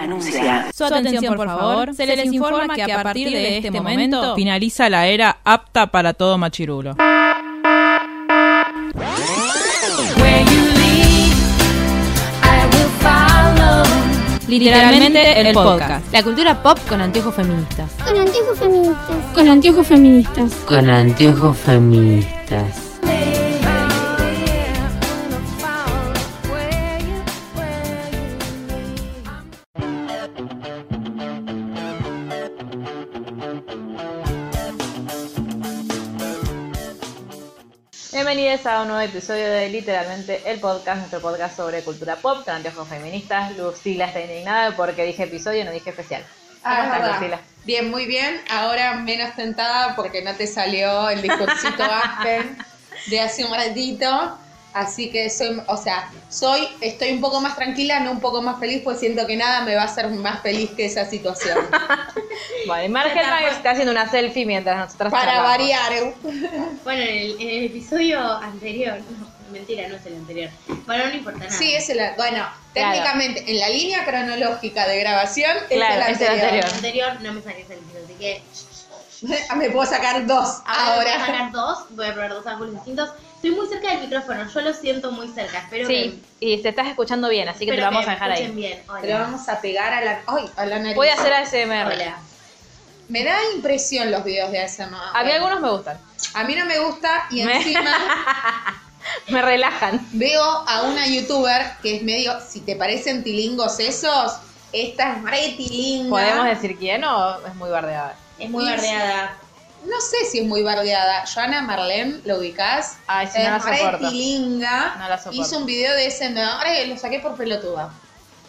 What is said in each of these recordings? anuncia. Su atención, por favor. Se les informa que a partir de este momento Finaliza la era apta para todo machirulo. literalmente el podcast. La cultura pop con anteojos feministas. Con anteojos feministas. Con anteojos feministas. Con anteojos feministas. Bienvenidos a un nuevo episodio de Literalmente el Podcast, nuestro podcast sobre cultura pop, con anteojos feministas. Lucila está indignada porque dije episodio y no dije especial. ¿Cómo Ah, es estás, verdad. Lucila? Bien, muy bien. Ahora menos tentada porque no te salió el discursito Aspen de hace un ratito. Así que soy, o sea, soy, estoy un poco más tranquila, no un poco más feliz, pues siento que nada me va a hacer más feliz que esa situación. Bueno, y Margel está haciendo una selfie mientras nosotras Para charlamos. variar. Ah. Bueno, en el, en el episodio anterior, no, mentira, no es el anterior. Bueno, no importa nada. Sí, es el, bueno, Claro. técnicamente en la línea cronológica de grabación este Claro, este es el anterior. eh. Ah, el anterior no me saqué el anterior, así que me puedo sacar dos Ah, ahora voy ahora. a sacar dos, voy a probar dos ángulos distintos. Estoy muy cerca del micrófono, yo lo siento muy cerca, espero Sí, que y te estás escuchando bien, así que te espero lo vamos me a dejar ahí. escuchen bien. Hola. Pero vamos a pegar a la, ay, a la nariz. Voy a hacer ASMR. Hola. Me da impresión los videos de ASMR. A mí algunos me gustan, A mí no me gusta y Me- encima me relajan. veo a una youtuber que es medio, si te parecen tilingos esos, esta es re tilinga. ¿Podemos decir quién o es muy bardeada? Es muy Y- bardeada. No sé si es muy bardeada. Joana Marlene, ¿lo ubicás? Ay, si no es la re soporto. tilinga. No la soporto. Hizo un video de ese, no, re, lo saqué por pelotuda.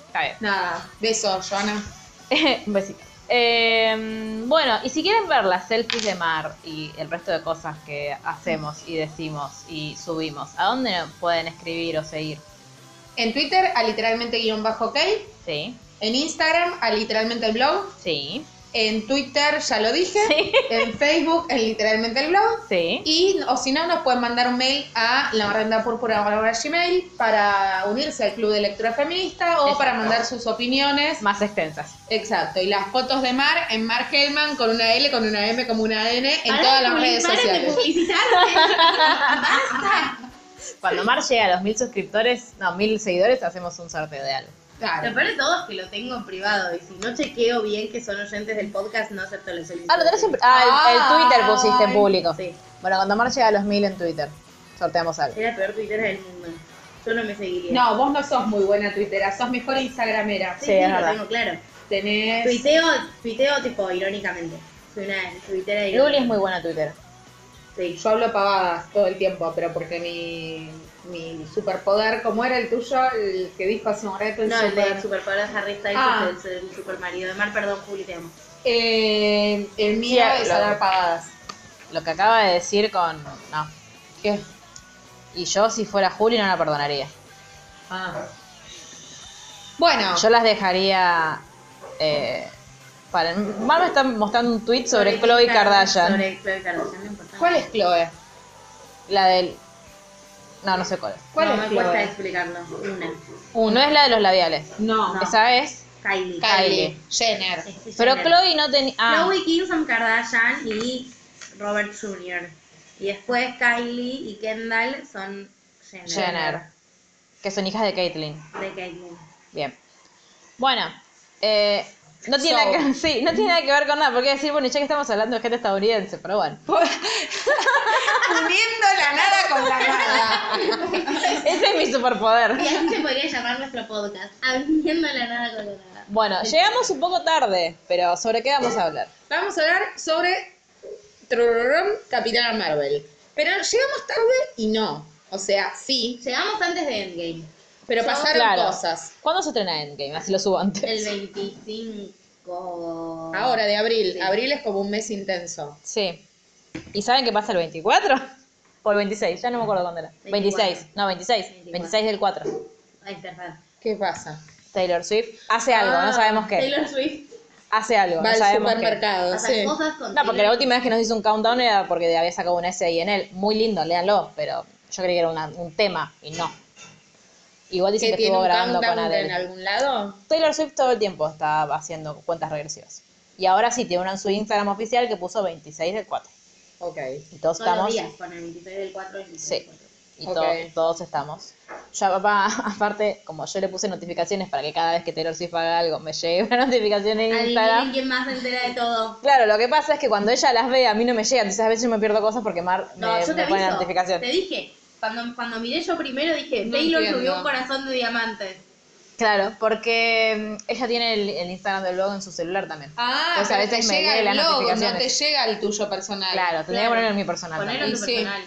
Está bien. Nada, beso, Joana. un besito. Eh, bueno, y si quieren ver las selfies de Mar y el resto de cosas que hacemos y decimos y subimos, ¿a dónde pueden escribir o seguir? En Twitter, a literalmente guión bajo ok. Sí, En Instagram, a literalmente el blog. sí, En Twitter, ya lo dije. Sí. En Facebook, en literalmente el blog. sí. Y, o si no, nos pueden mandar un mail a la barrenda Gmail para unirse al Club de Lectura Feminista o Exacto. para mandar sus opiniones. Más extensas. Exacto. Y las fotos de Mar en Mar Hellman con una L, con una M, como una N en Pará todas de este las publi- redes paren de sociales. publicitarme. Cuando Mar llegue a los mil suscriptores, no, mil seguidores, hacemos un sorteo de algo. Lo Claro. peor de todo es que lo tengo en privado y si no chequeo bien que son oyentes del podcast, no acepto la solicitud. Ah, lo tenés en... Ah, el, el Twitter pusiste en Ay. público. Sí, Bueno, cuando Mar llegue a los mil en Twitter, sorteamos algo. era la peor Twitter del mundo. Yo no me seguiría. No, vos no sos muy buena twittera, sos mejor instagramera. sí, sí, sí, es lo verdad. tengo claro. Tenés... Tuiteo, tuiteo tipo irónicamente. Soy una tuitera de Eh, Luli es muy buena Twitter. Sí. Yo hablo pavadas todo el tiempo, pero porque mi, mi superpoder, como era el tuyo, el que dijo hace un rato, el No, el de super- Superpoder de Harry Styles Ah. es el, el supermarido de Mar, perdón, Juli, te amo. Eh, el mío Sí, es lo- hablar pavadas. Lo que acaba de decir con... No. ¿Qué? Y yo, si fuera Juli, no la perdonaría. Ah. Bueno, Yo las dejaría. Eh, para... Mar me está mostrando un tweet sobre Chloe Kim Kardashian. Sobre Chloe Kardashian, no importa. ¿cuál es Chloe? La del. No, no sé cuál es. ¿Cuál no, es me Chloe? cuesta explicarlo. Una. No es la de los labiales. No, No. Esa es. Kylie. Kylie Jenner. Es- es Pero una- Chloe no tenía. Ah, Chloe Kim, Kardashian y Robert Jr. Y después Kylie y Kendall son Jenner. Jenner. Que son hijas de Caitlyn. De Caitlyn. Bien. Bueno. Eh, no tiene, So. nada que, sí, no tiene nada que ver con nada, porque decir, bueno, ya que estamos hablando de gente estadounidense, pero bueno. Uniendo la nada con la nada. Ese es mi superpoder. Y así se podría llamar nuestro podcast. Abriendo la nada con la nada. Bueno, llegamos un poco tarde, pero ¿sobre qué vamos a hablar? Vamos a hablar sobre Trururum, Capitana Marvel. Pero llegamos tarde y no. O sea, sí, Llegamos antes de Endgame. pero Yo- pasaron cosas. ¿Cuándo se estrena Endgame? Así lo subo antes. El 25. Ahora, de abril. Sí. Abril es como un mes intenso. Sí. ¿Y saben qué pasa el 24? O el 26, ya no me acuerdo cuándo era. 24. 26, no, 26. 24. 26 del 4. Ay, Ah, perdón. ¿Qué pasa? Taylor Swift hace algo, no sabemos qué. Taylor Swift. Hace algo, Ah, no Va al sabemos qué. supermercado, Pasa sí. cosas con No, porque la Taylor. última vez que nos hizo un countdown era porque había sacado una S ahí en él. Muy lindo, léanlo, pero yo creí que era una- un tema y no. Igual dicen ¿Qué que, tiene estuvo un grabando con countdown en Adele. algún lado? Taylor Swift todo el tiempo está haciendo cuentas regresivas. Y ahora sí tiene una en su Instagram oficial que puso 26 del 4. Ok. Y todos Todos los estamos. días con el 26 del 4 el 26 Sí. del 4. Y Ok. to- todos estamos. Ya papá, aparte, como yo le puse notificaciones para que cada vez que Taylor Swift haga algo me llegue una notificación en Adivinen Instagram. quién más se entera de todo. Claro, lo que pasa es que cuando ella las ve, a mí no me llega, entonces a veces yo me pierdo cosas porque Mar No, me, yo te me pone la aviso. notificación. Te dije, cuando, cuando miré yo primero dije, No Taylor entiendo. subió un corazón de diamantes. Claro, porque mm, ella tiene el, el Instagram del blog en su celular también. Ah, Entonces, pero te llega llegan el las logo, no te notificaciones. llega el tuyo personal. Claro, tendría que Claro. ponerlo en mi personal. Poner también. en Y tu sí. personal.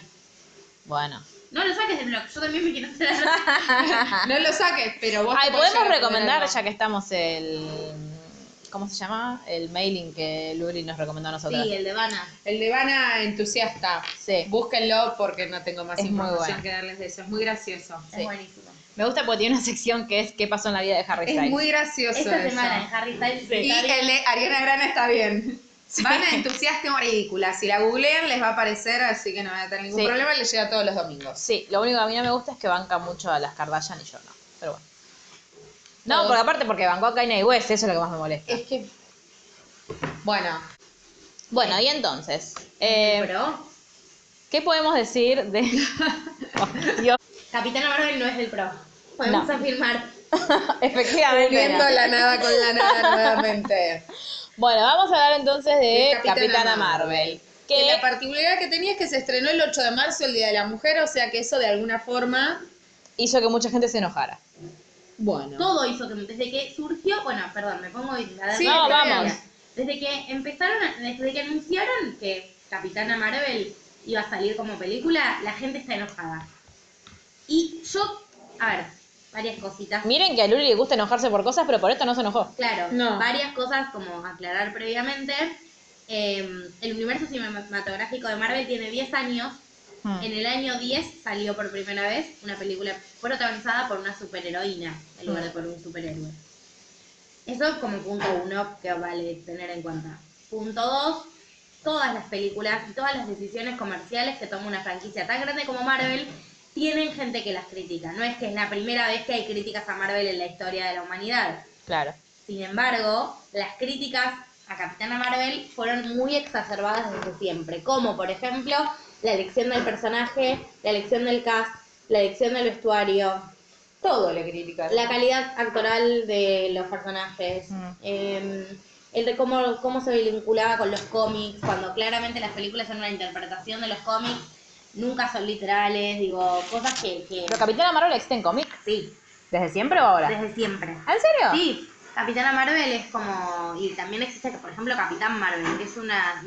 Bueno. No lo saques del blog, yo también me quiero enterar. No lo saques, pero vos. Ay, te podés podemos llegar a recomendar, tener ya que estamos el. mm, ¿Cómo se llama? El mailing que Luli nos recomendó a nosotros. Sí, eh. el de Vanna. El de Vana Entusiasta. Sí. Búsquenlo porque no tengo más Es muy información bueno. que darles de eso. Es muy gracioso. Sí. Es buenísimo. Me gusta porque tiene una sección que es ¿Qué pasó en la vida de Harry Es Styles? muy gracioso. Esta eso. semana en Harry Styles Y está bien. el de Ariana Grande está bien. Vana Entusiasta o ridícula. Si la googlean les va a aparecer, así que no van a tener ningún Sí. problema. Les llega todos los domingos. Sí, lo único que a mí no me gusta es que banca mucho a las Kardashian y yo no. Pero bueno. No, Todo. porque aparte porque bancó a Kanye West, eso es lo que más me molesta. Es que. Bueno, Bueno, y entonces, eh, Pro. ¿qué podemos decir de... Oh, Dios. Capitana Marvel no es del pro. Podemos No. afirmar. Efectivamente. viendo no. la nada con la nada nuevamente. Bueno, vamos a hablar entonces de De Capitana, Marvel. Que... Que la particularidad que tenía es que se estrenó el 8 de marzo, el Día de la Mujer, o sea que eso de alguna forma, hizo que mucha gente se enojara. bueno. Todo hizo que desde que surgió, bueno, perdón, me pongo a ver Sí, la no, historia. vamos. Desde que empezaron, a- desde que anunciaron que Capitana Marvel iba a salir como película, la gente está enojada. Y yo, a ver, varias cositas. Miren que a Luli le gusta enojarse por cosas, pero por esto no se enojó. Claro, No. varias cosas como aclarar previamente. Eh, el universo cinematográfico de Marvel tiene 10 años. En el año 10 salió por primera vez una película protagonizada por una superheroína en lugar de por un superhéroe. Eso como punto uno que vale tener en cuenta. Punto dos, todas las películas y todas las decisiones comerciales que toma una franquicia tan grande como Marvel tienen gente que las critica. No es que es la primera vez que hay críticas a Marvel en la historia de la humanidad. Claro. Sin embargo, las críticas a Capitana Marvel fueron muy exacerbadas desde siempre, como por ejemplo la elección del personaje, la elección del cast, la elección del vestuario, todo le criticaron. La calidad actoral de los personajes, eh, el de cómo, cómo se vinculaba con los cómics, cuando claramente las películas son una interpretación de los cómics, nunca son literales, digo, cosas que... que- Pero Capitana Marvel existe en cómic. sí, ¿Desde siempre o ahora? desde siempre. ¿En serio? Sí, Capitana Marvel es como. Y también existe, por ejemplo, Capitán Marvel, que es una.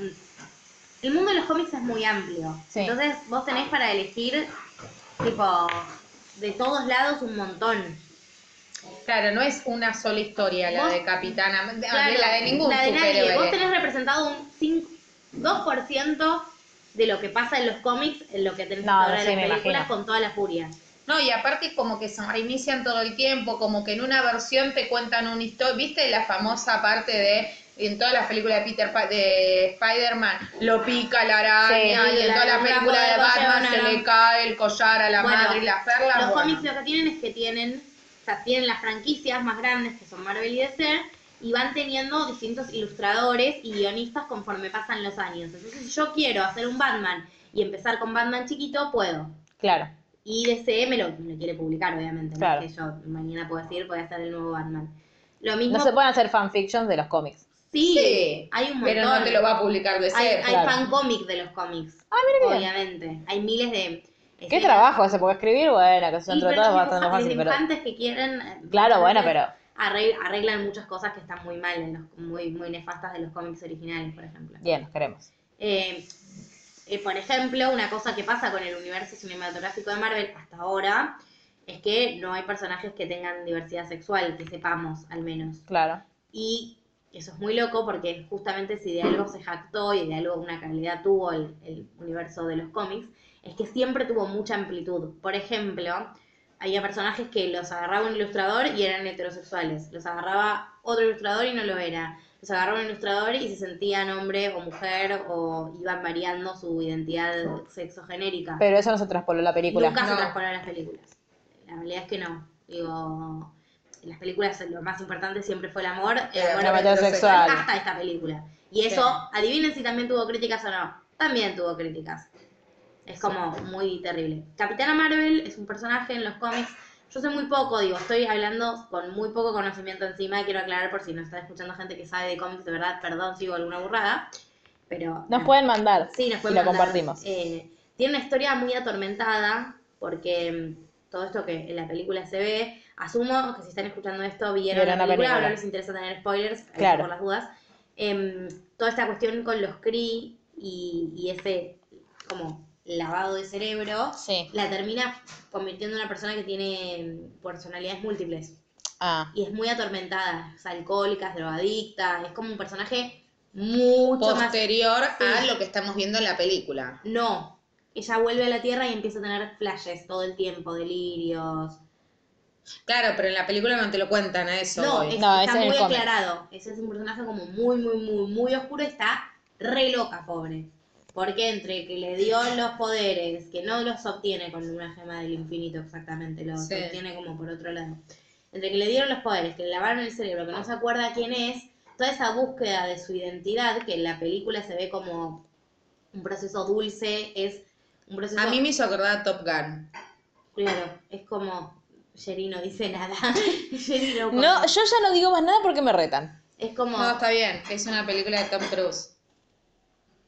El mundo de los cómics es muy amplio. Sí. Entonces, vos tenés para elegir, tipo, de todos lados un montón. Claro, no es una sola historia la Vos- de Capitana, de- Claro, de Ah, la de ningún la de nadie. superhéroe. Vos tenés representado un 5, 2% de lo que pasa en los cómics, en lo que tenés No, ahora sí, en me las películas imagino. con toda la furia. No, y aparte como que se reinician todo el tiempo, como que en una versión te cuentan una historia, ¿viste la famosa parte de en todas las películas de Peter Pa- de Spider-Man lo pica la araña Sí, y en la- todas las la películas de poderosa Batman se banana. le cae el collar a la Bueno, madre y las perlas. Los bueno. cómics lo que tienen es que tienen, o sea, tienen las franquicias más grandes que son Marvel y DC y van teniendo distintos ilustradores y guionistas conforme pasan los años. Entonces, si yo quiero hacer un Batman y empezar con Batman chiquito, puedo. Claro. Y DC me lo, me lo quiere publicar, obviamente. Claro. No es que yo mañana puedo decir, voy a hacer el nuevo Batman. Lo mismo, No se pueden hacer fanfictions de los cómics. sí, Sí, hay un montón. Pero no te lo va a publicar de hay, ser. hay claro. fancomic de los cómics. Ah, mira qué bien. obviamente. Hay miles de... ¿Qué escenas trabajo ese? Porque escribir, bueno, que son Sí, entre pero todos los bastante dibujantes- fácil, los pero... dibujantes que quieren. eh, Claro, bueno, muchas pero... veces arreg- Arreglan muchas cosas que están muy mal, en los- muy, muy nefastas de los cómics originales, por ejemplo. Bien, nos queremos. Eh, eh, por ejemplo, una cosa que pasa con el universo cinematográfico de Marvel hasta ahora es que no hay personajes que tengan diversidad sexual, que sepamos al menos. Claro. Y eso es muy loco porque justamente si de algo se jactó y de algo una calidad tuvo el, el universo de los cómics, es que siempre tuvo mucha amplitud. Por ejemplo, había personajes que los agarraba un ilustrador y eran heterosexuales, los agarraba otro ilustrador y no lo era, los agarraba un ilustrador y se sentían hombre o mujer o iban variando su identidad sexogenérica. Pero eso no se traspoló a la película. Nunca se No. transponen las películas. La realidad es que no. Digo, en las películas lo más importante siempre fue el amor, el Eh, amor la batalla sexual. hasta esta película. Y eso, adivinen si también tuvo críticas o no. También tuvo críticas. Es como muy terrible. Capitana Marvel es un personaje en los cómics. Yo sé muy poco, digo, estoy hablando con muy poco conocimiento encima y quiero aclarar por si no está escuchando gente que sabe de cómics, de verdad, perdón si digo alguna burrada. Pero Nos no. pueden mandar. Sí, nos y pueden lo mandar. compartimos. Eh, tiene una historia muy atormentada porque mm, todo esto que en la película se ve, asumo que si están escuchando esto vieron, Vieron la la película, o no película. les interesa tener spoilers, eh, Claro. por las dudas. Em, toda esta cuestión con los Cree y, y ese como lavado de cerebro Sí. la termina convirtiendo en una persona que tiene mm, personalidades múltiples Ah, y es muy atormentada, es alcohólica, es drogadicta, es como un personaje mucho más Posterior a Sí. lo que estamos viendo en la película. no, ella vuelve a la Tierra y empieza a tener flashes todo el tiempo, delirios. Claro, pero en la película no te lo cuentan a eso. No, voy. es- No, ese está es el muy cómic. aclarado. Ese es un personaje como muy, muy, muy, muy oscuro. Está re loca, pobre. Porque entre que le dio los poderes, que no los obtiene con una gema del infinito exactamente, los Sí. obtiene como por otro lado. Entre que le dieron los poderes, que le lavaron el cerebro, que no se acuerda quién es, toda esa búsqueda de su identidad, que en la película se ve como un proceso dulce, es un proceso... a mí me hizo acordar a Top Gun. Claro, es como Jerry no dice nada. Jerry no, No, come. yo ya no digo más nada porque me retan. es como No, está bien. Es una película de Tom Cruise.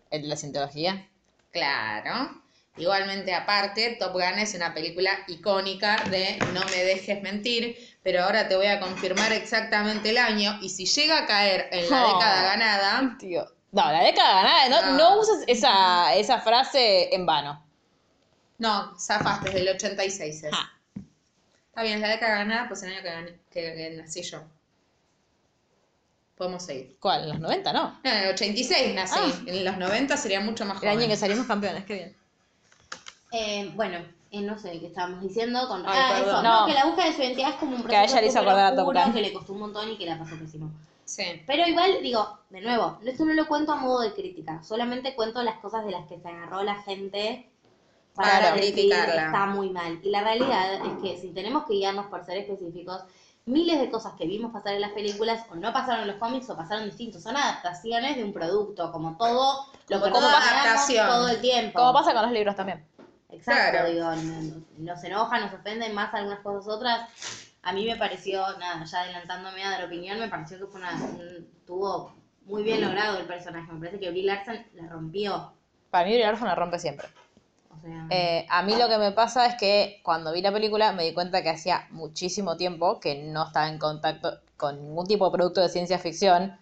¿El de la cientología? Claro. Igualmente, aparte, Top Gun es una película icónica de No me dejes mentir, pero ahora te voy a confirmar exactamente el año y si llega a caer en la Oh. década ganada, Tío. No, la década ganada. No, No. no uses esa, esa frase en vano. no, zafaste, desde el 86. es. Está bien, es la década ganada, pues el año que, gané- que- que nací yo. Podemos seguir. Eh, ¿Cuál? ¿En los 90? No. No, en el 86 nací, en los 90 sería mucho más Ah. El joven. año que salimos campeones, qué bien. Eh, bueno, eh, no sé qué estábamos diciendo. Con... Ay, ah, eso, perdón. no, No. que la búsqueda de su identidad es como un Que a proceso ella le hizo súper acordar a Top oscuro, Gun. que le costó un montón y que la pasó pésimo. Sí. Pero igual, digo, de nuevo, no- esto no lo cuento a modo de crítica, solamente cuento las cosas de las que se agarró la gente Para decir criticarla. está muy mal. Y la realidad es que si tenemos que guiarnos por ser específicos, miles de cosas que vimos pasar en las películas o no pasaron en los cómics o pasaron distintos, son adaptaciones de un producto, como todo lo Como que toda nos ganamos adaptación. todo el tiempo. Como pasa con los libros también. Exacto, Claro. digo, no- no- nos enoja, nos ofenden más algunas cosas otras. A mí me pareció, nada, ya adelantándome a dar opinión, me pareció que fue una, un- estuvo muy bien logrado el personaje. Me parece que Brie Larson la rompió. Para mí Brie Larson la rompe siempre. O sea, Eh, a mí lo que me pasa es que cuando vi la película me di cuenta que hacía muchísimo tiempo que no estaba en contacto con ningún tipo de producto de ciencia ficción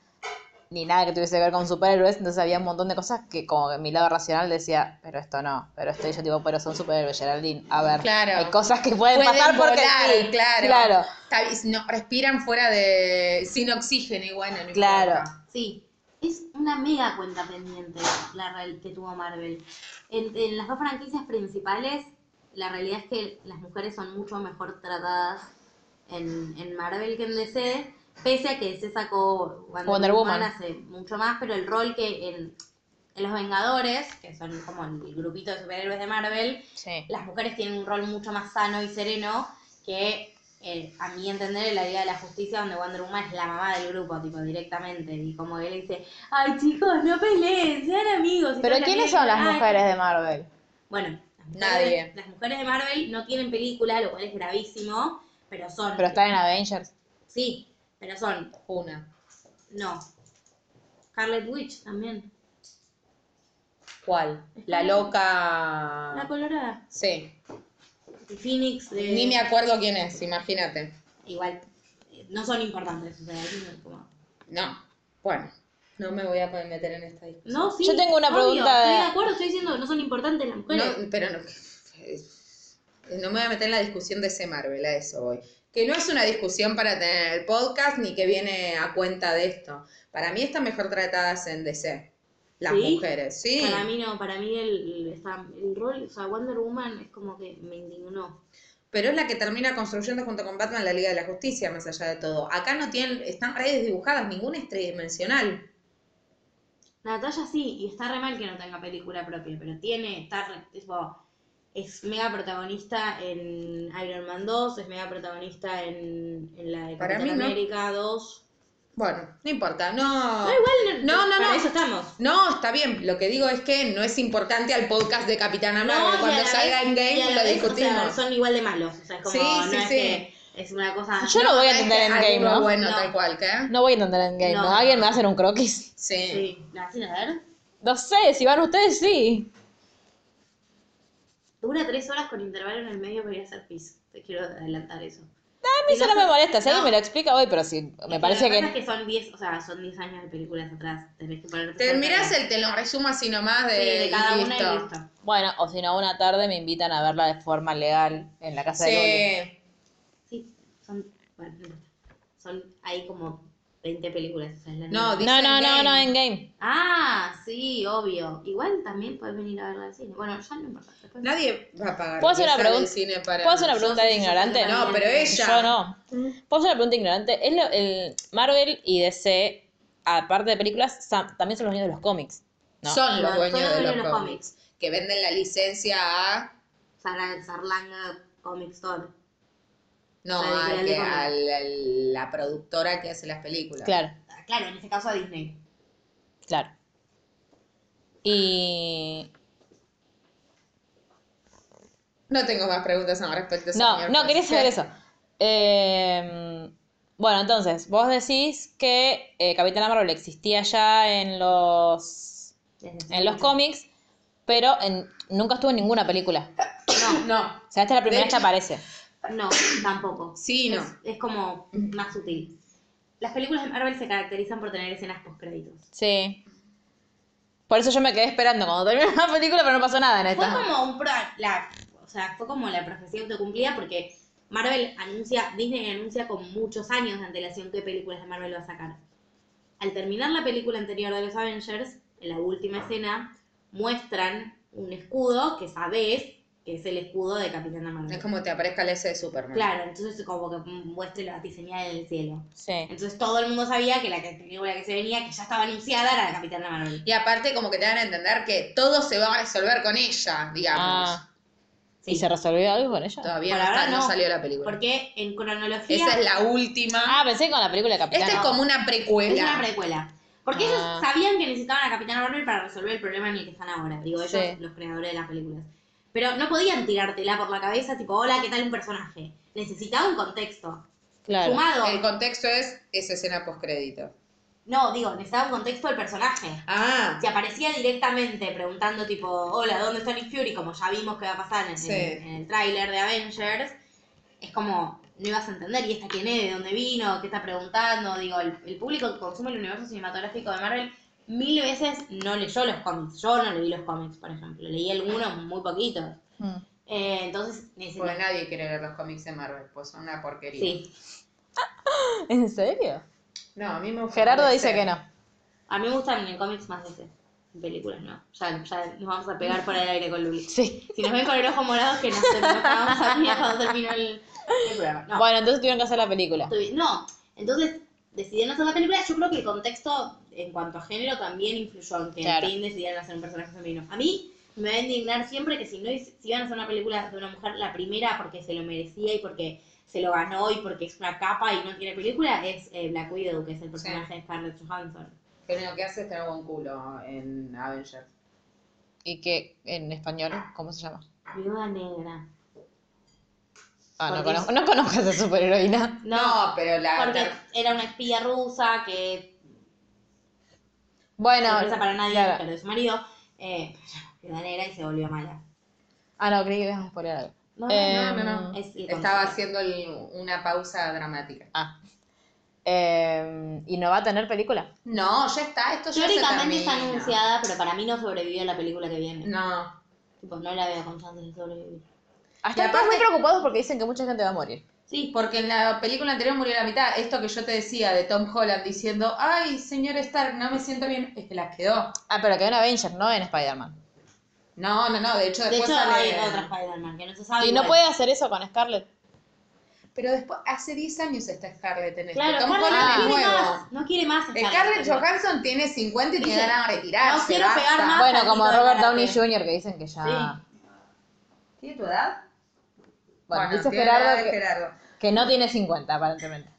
ni nada que tuviese que ver con superhéroes, entonces había un montón de cosas que como que mi lado racional decía, pero esto no, pero esto y yo tipo, pero son superhéroes, Geraldine, a ver, Claro. hay cosas que pueden, Pueden pasar porque volar, sí, claro. claro, Está bien, si no, respiran fuera de. sin oxígeno, y bueno, no Claro. importa. sí, es una mega cuenta pendiente la real- que tuvo Marvel. En, en las dos franquicias principales, la realidad es que las mujeres son mucho mejor tratadas en, en Marvel que en DC, pese a que se sacó Wonder, Wonder Woman, Woman. hace mucho más, pero el rol que en, en Los Vengadores, que son como el grupito de superhéroes de Marvel, sí. las mujeres tienen un rol mucho más sano y sereno que, eh, a mi entender, en la Liga de la Justicia, donde Wonder Woman es la mamá del grupo, tipo, directamente. Y como que le dice, ay chicos, no peleen, sean amigos. y Pero todas ¿quiénes amigas son las dicen, "Ay". mujeres de Marvel? Bueno, las mujeres, Nadie. Las mujeres de Marvel no tienen película, lo cual es gravísimo, pero son... Pero están en Avengers. Sí, pero son... Una. No. Scarlet Witch también. ¿Cuál? La La loca. colorada. Sí. Y Phoenix de... Ni me acuerdo quién es, imagínate. Igual, eh, no son importantes. O sea, es como- No. Bueno, no me voy a poder meter en esta discusión. No, sí. Yo tengo una obvio, pregunta de- Estoy de acuerdo, estoy diciendo que no son importantes las mujeres. No, pero no. No me voy a meter en la discusión de ese Marvel, a eso voy. Que no es una discusión para tener el podcast ni que viene a cuenta de esto. Para mí están mejor tratadas en DC. Las ¿Sí? mujeres, sí. Para mí no, para mí el, el- está- el rol, o sea, Wonder Woman es como que me indignó. Pero es la que termina construyendo junto con Batman la Liga de la Justicia, más allá de todo. Acá no tienen, están redes dibujadas, ninguna es tridimensional. Natalia sí, y está re mal que no tenga película propia, pero tiene, está re- tipo, es mega protagonista en Iron Man 2, es mega protagonista en, en la de Para Capitán mí no. América 2. Bueno, no importa, no. No, igual, No, no, para no. eso estamos. No, está bien. Lo que digo es que no es importante al podcast de Capitana Marvel. y a Cuando la salga vez- en y a game la lo vez, o sea, discutimos. son igual de malos. O sea, es como, Sí, no sí, es sí. que es una cosa. Yo no voy a Es que entender Endgame, alguno ¿no? bueno, No. tal cual, ¿qué? No voy a entender Endgame, No, ¿no? no, ¿Alguien no. me va a hacer un croquis? Sí. ¿eh? Sí, ¿la hacen a ver? No sé, si van ustedes, sí. Dura tres horas con intervalo en el medio para ir a hacer pis. Te quiero adelantar eso. A mí Si no eso no me son- molesta, si alguien no. me lo explica hoy, pero si Es me que parece lo que... pasa que... es que son 10, o sea, son 10 años de películas atrás. Tenés que ponerte. Te cerca mirás de- el, te lo resumo así nomás de, Sí, de cada y una y listo. Bueno, o si no, una tarde me invitan a verla de forma legal en la casa de Sí. Sí, son. Bueno, no importa. son. Hay como 20 películas. o sea, es la No, misma. Luli. dice No, no, no, Endgame. no, Endgame. Ah, sí, obvio. Igual también podés venir a verla al cine. Bueno, ya no importa. después- Nadie va a pagar. ¿Puedo hacer una que sale pregunta? el cine para- ¿Puedo hacer una pregunta sí, de yo ignorante? también. No, pero ella. Yo no. ¿Puedo hacer una pregunta ignorante? Es lo- el Marvel y DC, aparte de películas, sam- también son los niños de los cómics. ¿no? Son los No, dueños son los de los, dueños de los cómics. Que venden la licencia a. Sara Sarlanga Comic Store. No, La al editorial que- de cómics. a la, la productora que hace las películas. Claro, Ah, Claro, en este caso a Disney. claro. Y... No tengo más preguntas al respecto. No, señor no, juez. quería saber eso. Eh, bueno, entonces, vos decís que eh, Capitana Marvel existía ya en los, Desde en los cómics, pero en- nunca estuvo en ninguna película. No, O sea, esta es la primera De vez que hecho- aparece. No, tampoco. sí, no. Es, es como más sutil. Las películas de Marvel se caracterizan por tener escenas postcréditos. Sí. Por eso yo me quedé esperando cuando terminó la película, pero no pasó nada en Fue esta. como un pro, la, o sea, fue como la profecía autocumplida porque Marvel anuncia, Disney anuncia con muchos años de antelación qué películas de Marvel va a sacar. Al terminar la película anterior de los Avengers, en la última escena, muestran un escudo que sabes que es el escudo de Capitana Marvel. Es como te aparezca el S de Superman. Claro, entonces como que muestra la diseñada del cielo. Sí. Entonces todo el mundo sabía que la que- película que se venía, que ya estaba anunciada, era la Capitana Marvel. Y aparte, como que te dan a entender que todo se va a resolver con ella, digamos. Ah, Sí. ¿Y se resolvió algo con ella? Todavía Por no, ahora está- no no, salió la película. Porque en cronología... Esa es la última. Ah, pensé que con la película de Capitana. Esta Este es como una precuela. Es una precuela. Porque Ah. ellos sabían que necesitaban a Capitán Marvel para resolver el problema en el que están ahora. Digo, ellos, Sí. los creadores de las películas. Pero no podían tirártela por la cabeza, tipo, hola, ¿qué tal un personaje? Necesitaba un contexto. Claro. Sumado. El contexto es esa escena postcrédito. No, digo, necesitaba un contexto del personaje. Ah, Si aparecía directamente preguntando, tipo, hola, ¿dónde está Nick Fury? Como ya vimos que va a pasar en, Sí. en- en el tráiler de Avengers, es como, no ibas a entender, ¿y esta quién es? ¿De dónde vino? ¿Qué está preguntando? Digo, el, el público que consume el universo cinematográfico de Marvel mil veces no leyó los cómics. Yo no leí los cómics, por ejemplo. Leí algunos, muy poquitos. Mm. Eh, entonces, necesito... pues nadie quiere leer los cómics de Marvel, pues son una porquería. Sí. ¿En serio? No, a mí me gusta Gerardo más dice ese. que no. A mí me gustan en cómics más ese. En películas, ¿no? Ya, ya nos vamos a pegar por el aire con Luli. Sí. Si nos ven con el ojo morado, que nos nos vamos a mirar cuando termine el, el programa. No, Bueno, entonces tuvieron que hacer la película. estoy- no, entonces decidieron hacer la película. Yo creo que el contexto en cuanto a género también influyó en que Claro. al fin decidieran hacer un personaje femenino. A mí me va a indignar siempre que si no hice- si iban a hacer una película de una mujer, la primera porque se lo merecía y porque se lo ganó y porque es una capa y no tiene película, es eh, Black Widow, que es el personaje de Scarlett Johansson. Que lo que hace es tener buen culo en Avengers. ¿Y que en español? ¿Cómo se llama? Viuda negra. Ah, no Porque conozco, no conozco a esa superheroína. No, pero la. Porque la- era una espía rusa que Bueno, sorpresa para nadie, claro. pero de su marido, eh, quedó negra y se volvió mala. Ah, no, creí que ibas a spoilear algo. No, Em, no, no, no. Es el Estaba haciendo concepto. el- una pausa dramática. Ah. Em, ¿Y no va a tener película? No, ya está, esto ya se Teóricamente está termina. anunciada, pero para mí no sobrevivió a la película que viene. No. Tipo, no la veo con chances de sobrevivir. Hasta Y están muy aparte- preocupados porque dicen que mucha gente va a morir. Sí, Porque en la película anterior murió la mitad. Esto que yo te decía de Tom Holland diciendo, ay, señor Stark, no me siento bien, es que las quedó. Ah, pero que en Avengers, no en Spider-Man. No, no, no, de hecho de después hecho hay sale... otra Spider-Man que no se sabe. ¿Y no Ah, igual. puede hacer eso con Scarlett? Pero después, hace 10 años está Scarlett en este. Claro, Tom Marvel Holland no es quiere nuevo. Eh, más. No quiere más. Scarlett Johansson tiene 50 y tiene Dice, ganas de retirarse. "No quiero basta". pegar más". Ah, Bueno, como Carlito, Robert Downey espérate. Jr. que dicen que ya... Sí. ¿Tiene tu edad? Bueno, dice tiene la edad de Gerardo que, Gerardo. que no tiene 50, aparentemente.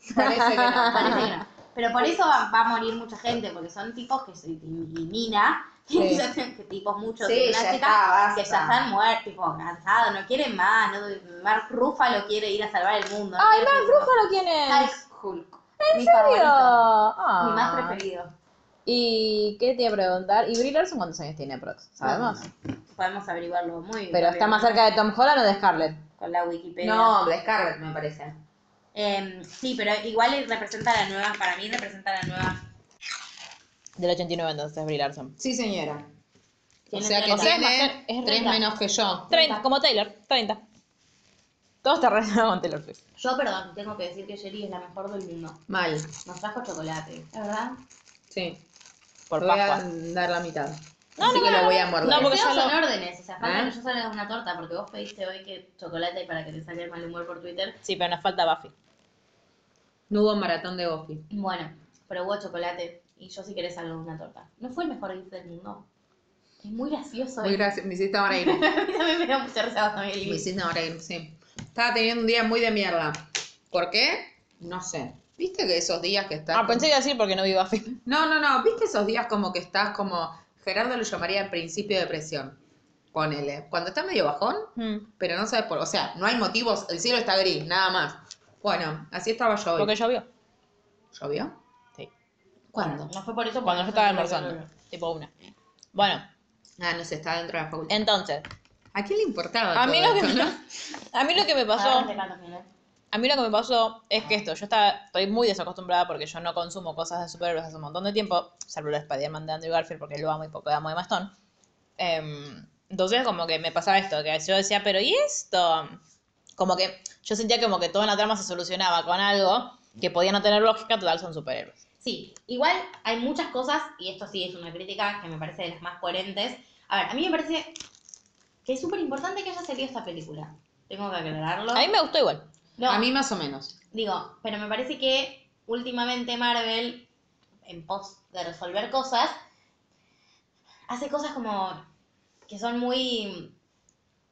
Parece que no. Parece que no. Pero por eso va, va a morir mucha gente, porque son tipos que se discrimina, Sí. que tipos muchos, Sí, y una ya chica está, basta. que ya están muertos, tipo cansados, no quieren más, no, Mark Ruffalo quiere ir a salvar el mundo. no ¡Ay, quiere Mark ser- Ruffalo quién es! Hulk, Hulk. mi favorito, Ah. mi más preferido. ¿Y qué te iba a preguntar? ¿Y Brie Larson cuántos años tiene aprox? ¿Sabemos? Podemos averiguarlo muy bien. Pero está más cerca de Tom Holland o de Scarlett. Con la Wikipedia. No, de Scarlett me parece. Em, sí, pero igual representa la nueva, para mí representa la nueva. Del 89 entonces, Brie Larson. Sí, señora. O Tiene sea que 30. tiene es tres menos que yo. 30, como Taylor, 30. Todo está relacionado con Taylor Swift. Yo, perdón, tengo que decir que Jerry es la mejor del mundo. Mal. Nos trajo chocolate. ¿La verdad? Sí. Por Te voy a Pascua. dar la mitad. Así que lo voy a morder. No, porque Pero ya son lo- órdenes, o sea, falta ¿Eh? que yo salga de una torta, porque vos pediste hoy que chocolate para que te saque el mal humor por Twitter. Sí, pero nos falta Buffy. No hubo maratón de Buffy. Bueno, pero hubo chocolate y yo si querés salgo de una torta. No fue el mejor gift del mundo. Es muy gracioso. Muy eh. gracioso. Me hiciste ahora ir. Me A mí también me da mucha risa cuando me leí. hiciste ahora ir, sí. Estaba teniendo un día muy de mierda. ¿Por qué? No sé. ¿Viste que esos días que estás... Ah, pensé que decir porque no vi Buffy. No, no, no. ¿Viste esos días como que estás como... Gerardo lo llamaría el principio de depresión. Ponele. Cuando estás medio bajón, Mm. pero no sabes por... O sea, no hay motivos. El cielo está gris, nada más. Bueno, así estaba yo hoy. Porque llovió. ¿Llovió? Sí. ¿Cuándo? No fue por eso. Cuando yo estaba almorzando. Tipo una. Bueno, Ah, no sé, estaba dentro de la facultad. entonces. ¿A quién le importaba A mí, todo lo que esto, me, no? a mí lo que me pasó. A mí lo que me pasó es que esto, yo estaba, estoy muy desacostumbrada porque yo no consumo cosas de superhéroes hace un montón de tiempo, salvo la de Spider-Man de Andrew Garfield porque lo amo y poco amo de Mastón. Em, entonces como que me pasaba esto, que yo decía, pero ¿y esto? Como que yo sentía como que toda la trama se solucionaba con algo que podía no tener lógica, total son superhéroes. Sí, igual hay muchas cosas, y esto sí es una crítica que me parece de las más coherentes. A ver, a mí me parece que es súper importante que haya salido esta película. Tengo que aclararlo. A mí me gustó igual. No, A mí más o menos. digo, pero me parece que últimamente Marvel, en pos de resolver cosas, hace cosas como que son muy...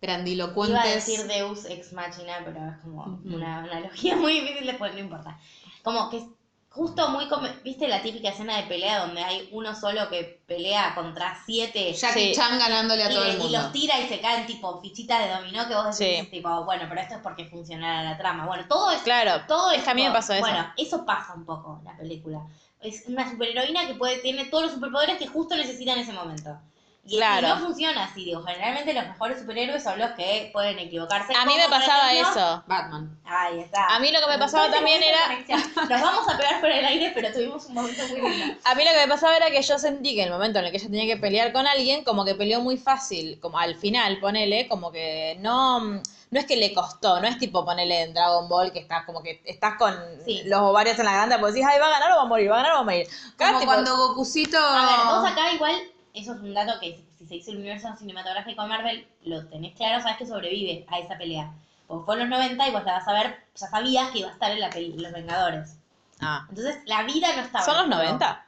Iba a Grandilocuentes. decir Deus ex machina, pero es como Ujú. una analogía muy difícil después, no importa. Como que es justo muy... come- ¿Viste la típica escena de pelea donde hay uno solo que pelea contra siete? Jackie Sí. Chan ganándole a y, todo le- el y mundo. los tira y se caen tipo fichitas de dominó que vos decís Sí. tipo, bueno, pero esto es porque funcionara la trama. Bueno, todo es Claro, todo es que a mí me esto- pasó eso. Bueno, eso pasa un poco en la película. Es una superheroína que puede, tiene todos los superpoderes que justo necesita en ese momento. Y, y Claro. no funciona así, digo. Generalmente los mejores superhéroes son los que pueden equivocarse. a mí me como, por pasaba ejemplo- eso. Batman. Ahí está. A mí lo que me pasaba Entonces, también esa era... conexión. Nos vamos a pegar por el aire, pero tuvimos un momento muy lindo. A mí lo que me pasaba era que yo sentí que en el momento en el que ella tenía que pelear con alguien, como que peleó muy fácil, como al final, ponele, como que no, no es que le costó, no es tipo ponele en Dragon Ball que estás como que estás con Sí. los ovarios en la garganta, porque decís, ay, va a ganar o va a morir, va a ganar o va a morir. Acá, Como tipo, cuando Gokucito... A ver, Oh. vos acá igual, eso es un dato que si se hizo el universo cinematográfico de Marvel, lo tenés claro, sabes que sobrevive a esa pelea. Porque fue en los 90 y vos la vas a ver, ya sabías que iba a estar en la peli, Los Vengadores. Ah. Entonces, la vida no estaba. ¿Son los 90?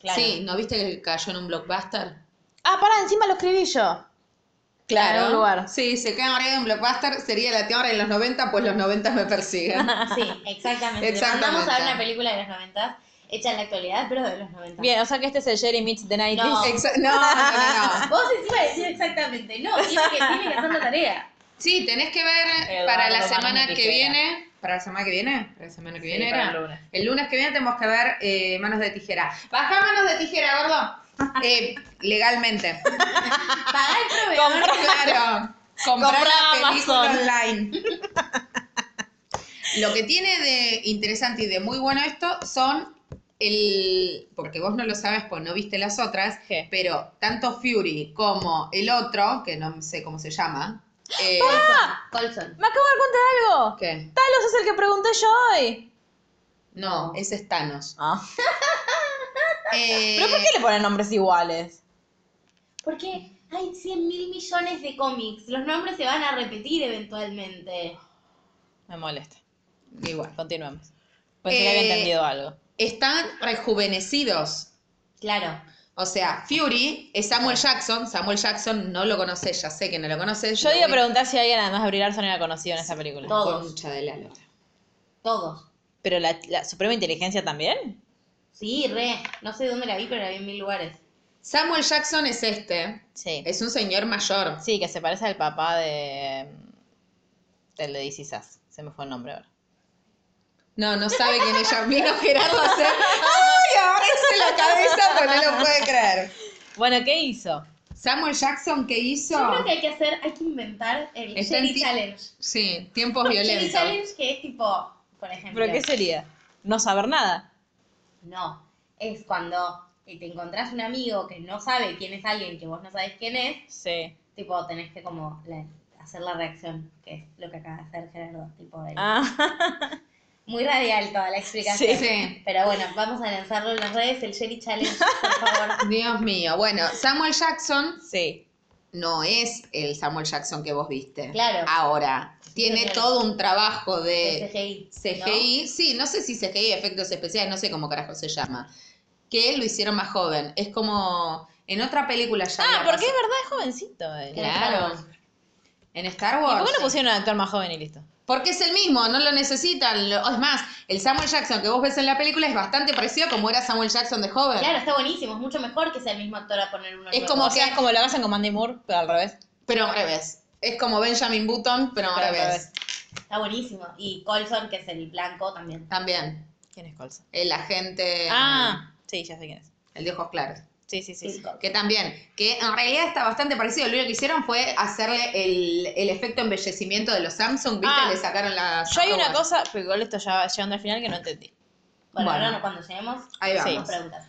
Claro. Sí, ¿no viste que cayó en un blockbuster? Ah, pará, encima lo escribí yo. En algún lugar. Sí, se quedan arriba de un blockbuster, sería la tierra en los 90, pues los 90 me persiguen. Ah, Sí, exactamente. Te Exactamente. mandamos a ver una película de los 90 hecha en la actualidad, pero de los 90. Bien, o sea que este es el Jerry Meets the 90 No. Exa- no, no, no, no. Vos encima decís exactamente, no, tiene que, tiene que hacer la tarea. Sí, tenés que ver Eduardo para la Manos semana que Piquera. viene. ¿Para la semana que viene? ¿Para la semana que viene para era? el lunes. que viene tenemos que ver eh, Manos de Tijera. Baja Manos de Tijera, gordo. Eh, legalmente. Pagá el proveedor. Claro. Comprar Comprar la película Amazon. online. Lo que tiene de interesante y de muy bueno esto son el. Porque vos no lo sabes, pues no viste las otras. ¿Qué? Pero tanto Fury como el otro, que no sé cómo se llama. eh, ¡Ah! Colson. Me acabo de contar algo. ¿Qué? Talos es el que pregunté yo hoy. No, ese es Thanos. Ah. Eh, ¿Pero por qué le ponen nombres iguales? Porque hay 100 mil millones de cómics. Los nombres se van a repetir eventualmente. Me molesta. Igual. Continuemos. Pensé que Eh, había entendido algo. Están rejuvenecidos. Claro. O sea, Fury es Samuel Jackson. Samuel Jackson no lo conoces, ya sé que no lo conoces. Yo lo iba a voy- preguntar si alguien además de Brie Larson era conocido en esa película. Todos. Concha de la lora. Todos. Pero la, la suprema inteligencia también. Sí, re. No sé dónde la vi, pero la vi en mil lugares. Samuel Jackson es este. Sí. Es un señor mayor. Sí, que se parece al papá de. del de DC Sass. Se me fue el nombre ahora. No, no sabe quién es ella. Vino Gerardo a hacer. ¡Ay! Ahora es en la cabeza, pero no lo puede creer. Bueno, ¿qué hizo? Samuel Jackson, ¿qué hizo? Yo creo que hay que hacer, hay que inventar el Está en Sherry ti- Challenge. Sí, tiempos Sherry violentos. Challenge que es tipo, por ejemplo. ¿Pero qué sería? No saber nada. No, es cuando eh, te encontrás un amigo que no sabe quién es alguien que vos no sabés quién es, Sí. tipo tenés que como la- hacer la reacción, que es lo que acaba de hacer Gerardo, tipo el- Ah, muy radial toda la explicación. Sí. Sí. Pero bueno, vamos a lanzarlo en las redes, el Sherry Challenge, por favor. Dios mío. Bueno, Samuel Jackson sí. no es el Samuel Jackson que vos viste. Claro. Ahora, tiene claro. todo un trabajo El de CGI. ¿no? CGI. Sí, no sé si CGI, efectos especiales, no sé cómo carajo se llama. Que lo hicieron más joven. Es como en otra película ya. Ah, había porque es verdad, es jovencito. él. Claro. Claro. En Star ¿Y Wars. por qué no pusieron un actor más joven y listo? Porque es el mismo, no lo necesitan. Lo- Es más, el Samuel Jackson que vos ves en la película es bastante parecido a como era Samuel Jackson de joven. Claro, está buenísimo, es mucho mejor que sea el mismo actor a poner uno Es nuevo. como O sea, es como lo hacen con Mandy Moore, pero al revés. Pero al revés. Es como Benjamin Button, pero al Pero al revés. revés. Está buenísimo. Y Colson, que es el blanco también. También. ¿Quién es Colson? El agente. Ah, sí, ya sé quién es. El de ojos claros. Sí, sí, sí. sí. Que también. Que en realidad está bastante parecido. Lo único que hicieron fue hacerle el, el efecto embellecimiento de los Samsung. ¿Viste? Ah. Le sacaron la. Yo hay una Apple Watch. cosa, pero igual esto ya va llegando al final que no entendí. Bueno, Bueno. ahora no, cuando lleguemos, Ahí Sí. vamos. nos preguntas.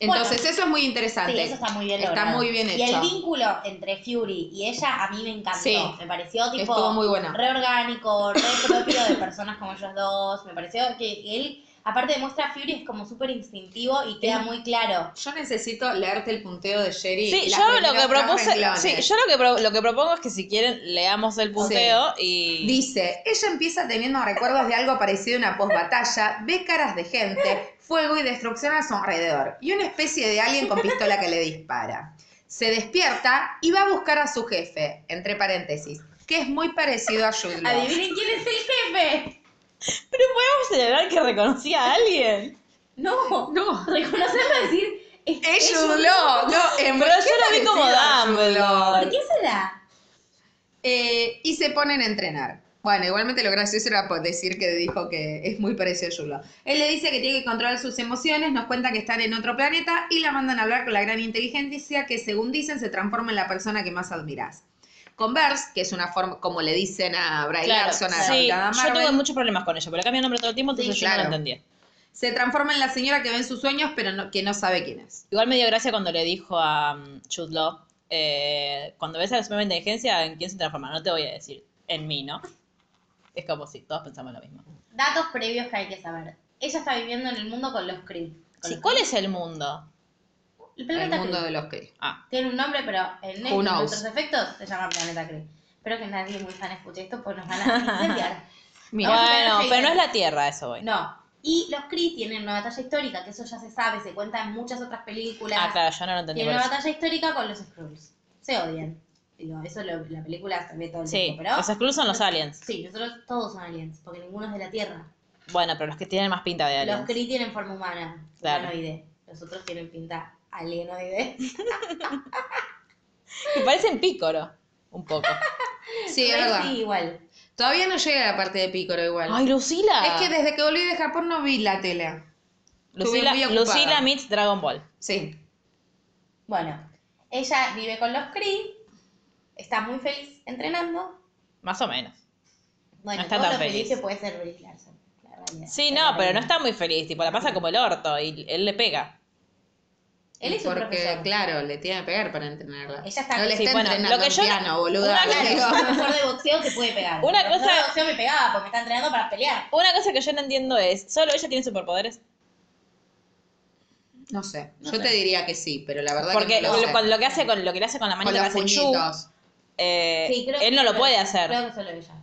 Entonces, Bueno. eso es muy interesante. Sí, eso está muy bien Está logrado. muy bien Y hecho. el vínculo entre Fury y ella a mí me encantó. Sí. Me pareció tipo Estuvo muy bueno. re orgánico, re propio de personas como ellos dos. Me pareció que él, aparte demuestra a Fury es como súper instintivo y queda Sí. muy claro. Yo necesito leerte el punteo de Sherry. Sí, las yo lo primeras que tres propuse, renglones. sí, yo lo que pro- lo que propongo es que si quieren leamos el punteo y Dice, ella empieza teniendo recuerdos de algo parecido a una posbatalla, ve caras de gente, fuego y destrucción a su alrededor, y una especie de alguien con pistola que le dispara. Se despierta y va a buscar a su jefe, entre paréntesis, que es muy parecido a Jude Law. Adivinen quién es el jefe. Pero podemos celebrar que reconocía a alguien. No, no. Reconocerlo y decir. Es, Es es Jude un- Law, no, en Pero ¿qué yo lo vi como parecido a Jude Law? ¿Por qué será? Eh, y se ponen a entrenar. Bueno, igualmente lo gracioso era por decir que dijo que es muy parecido a Yulo. Él le dice que tiene que controlar sus emociones, nos cuenta que están en otro planeta y la mandan a hablar con la gran inteligencia que, según dicen, se transforma en la persona que más admirás. Converse, que es una forma, como le dicen a Brian Larson, a la sí, Capitana yo Marvel, tuve muchos problemas con ella, porque cambia el nombre todo el tiempo, entonces Sí, yo no claro. lo entendía. se transforma en la señora que ve en sus sueños, pero no- que no sabe quién es. Igual me dio gracia cuando le dijo a um, Jude Law, eh, cuando ves a la suprema inteligencia, ¿en quién se transforma? No te voy a decir, en mí, ¿no? Es como si todos pensamos lo mismo. Datos previos que hay que saber. Ella está viviendo en el mundo con los Kree. Con Sí, los ¿Cuál es el mundo? El El planeta mundo Kree. de los Kree. Ah, Tiene un nombre, pero en Who estos knows? nuestros efectos se llama Planeta Cree. Espero que nadie muy fan escuche esto, pues nos van a incendiar. Mira. bueno, Perfecto. pero no es la Tierra eso, güey. No. Y los Kree tienen una batalla histórica, que eso ya se sabe, se cuenta en muchas otras películas. Ah, claro, yo no lo entendí. tienen por una eso. batalla histórica con los Skrulls. Se odian. Digo, eso lo- la película se ve todo el Sí, tiempo, pero... los Skrulls son los aliens. Sí, nosotros todos son aliens, porque ninguno es de la Tierra. Bueno, pero los que tienen más pinta de aliens. Los Kree tienen forma humana, Claro. humanoide. Los otros tienen pinta alienoide. Que parecen pícoro, un poco. Sí, es Ay, verdad. sí, igual. Todavía no llega la parte de Pícoro igual. ¡Ay, ah. Lucila! es que desde que volví de Japón no vi la tele. Lucila, estuve muy ocupada. Lucila meets Dragon Ball. Sí. Bueno, ella vive con los Kree, está muy feliz entrenando. Más o menos. Bueno, No está todo tan lo feliz. feliz. que puede ser Brie Larson, la realidad. Sí, La no, pero no realidad. está muy feliz. Tipo, la pasa como el orto y él le pega. Él es un Porque, profesor. claro, le tiene que pegar para entrenarla. Ella está- no le Sí, está bueno, entrenando lo que en yo- piano, boluda. Una- Claro, Digo, un profesor de boxeo te puede pegar. Una Un profesor cosa- de boxeo me pegaba porque está entrenando para pelear. Una cosa que yo no entiendo es, ¿solo ella tiene superpoderes? No sé, No yo sé. te diría que sí, pero la verdad Porque que no lo, lo sé. con lo que hace con lo que le hace con la Con manita los que hace chu, puñitos. eh, Sí, creo él que no lo solo puede ella, hacer. Creo que solo ella.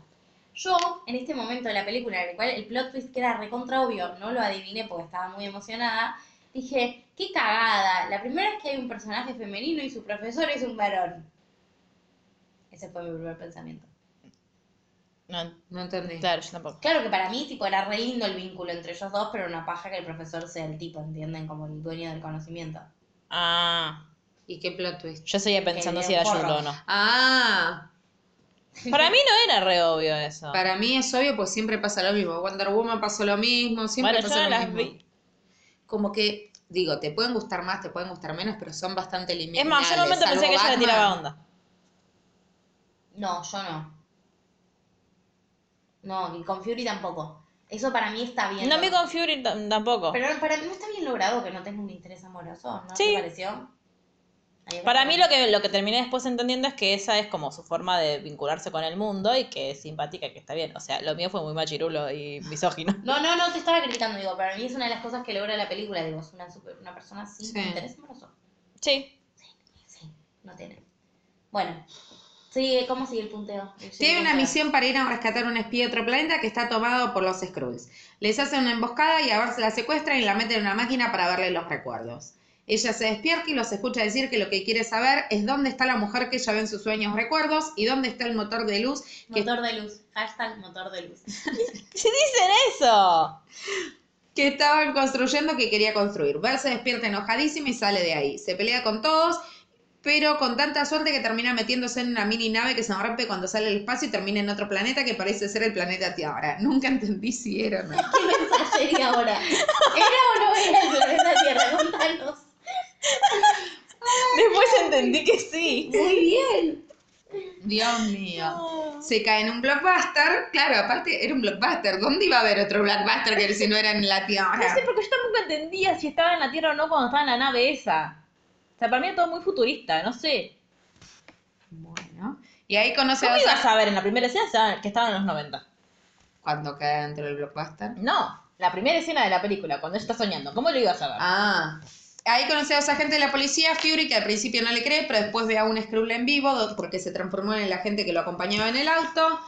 Yo, en este momento de la película, en el cual el plot twist que era recontra obvio, no lo adiviné porque estaba muy emocionada, dije, qué cagada. La primera es que hay un personaje femenino y su profesor es un varón. Ese fue mi primer pensamiento. No, No entendí. claro, yo tampoco. Claro que para mí, tipo, era re lindo el vínculo entre ellos dos, pero una paja que el profesor sea el tipo, ¿entienden? Como el dueño del conocimiento. Ah, ¿Y qué plot twist? yo seguía pensando Que si era porro. Yulo o no. Ah, Para mí no era re obvio eso. para mí es obvio, pues siempre pasa lo mismo. Wonder Woman pasó lo mismo, siempre Bueno, yo pasa no lo las mismo. vi. Como que, digo, te pueden gustar más, te pueden gustar menos, pero son bastante Es lineales. más, yo en un momento pensé que salvo ella le Batman. tiraba onda. No, yo no. No, ni con Fury tampoco. Eso para mí está bien. No me con Fury t- tampoco. Pero para mí no está bien logrado que no tenga un interés amoroso, ¿no? Sí. ¿Te pareció? A me Para pareció. mí lo que, lo que terminé después entendiendo es que esa es como su forma de vincularse con el mundo y que es simpática y que está bien. O sea, lo mío fue muy machirulo y misógino. No, no, no te estaba criticando, digo, para mí es una de las cosas que logra la película, digo, es una, super- una persona sin Sí. interés amoroso. Sí. Sí, no tiene. Bueno, sigue, ¿cómo sigue el punteo? El Tiene una punteo. misión para ir a rescatar un espía de otro planeta que está tomado por los Skrulls. Les hacen una emboscada y a ver se la secuestran y la meten en una máquina para verle los recuerdos. Ella se despierta y los escucha decir que lo que quiere saber es dónde está la mujer que ella ve en sus sueños recuerdos y dónde está el motor de luz que, Motor de luz, hashtag motor de luz. ¡Sí dicen eso! que estaban construyendo que quería construir. Ver se despierta enojadísima y sale de ahí. Se pelea con todos, pero con tanta suerte que termina metiéndose en una mini nave que se rompe cuando sale al espacio y termina en otro planeta que parece ser el planeta Tierra. Nunca entendí si era o no. ¿Qué mensaje sería ahora? ¿Era o no era el planeta Tierra? Contanos. Después entendí que sí. Muy bien. Dios mío. Se cae en un blockbuster. Claro, aparte era un blockbuster. ¿Dónde iba a haber otro blockbuster que si no era en la tierra? No sé, porque yo tampoco entendía si estaba en la Tierra o no cuando estaba en la nave esa. O sea, para mí era todo muy futurista, no sé. Bueno. Y ahí conoce ¿Cómo a ibas a ver en la primera escena que estaban en los 90? Cuando cae dentro del blockbuster. No, la primera escena de la película, cuando ella está soñando. ¿Cómo lo ibas a ver? Ah. Ahí conoce a dos agentes de la policía, Fury, que al principio no le cree, pero después ve a un Skrull en vivo do- porque se transformó en el agente que lo acompañaba en el auto.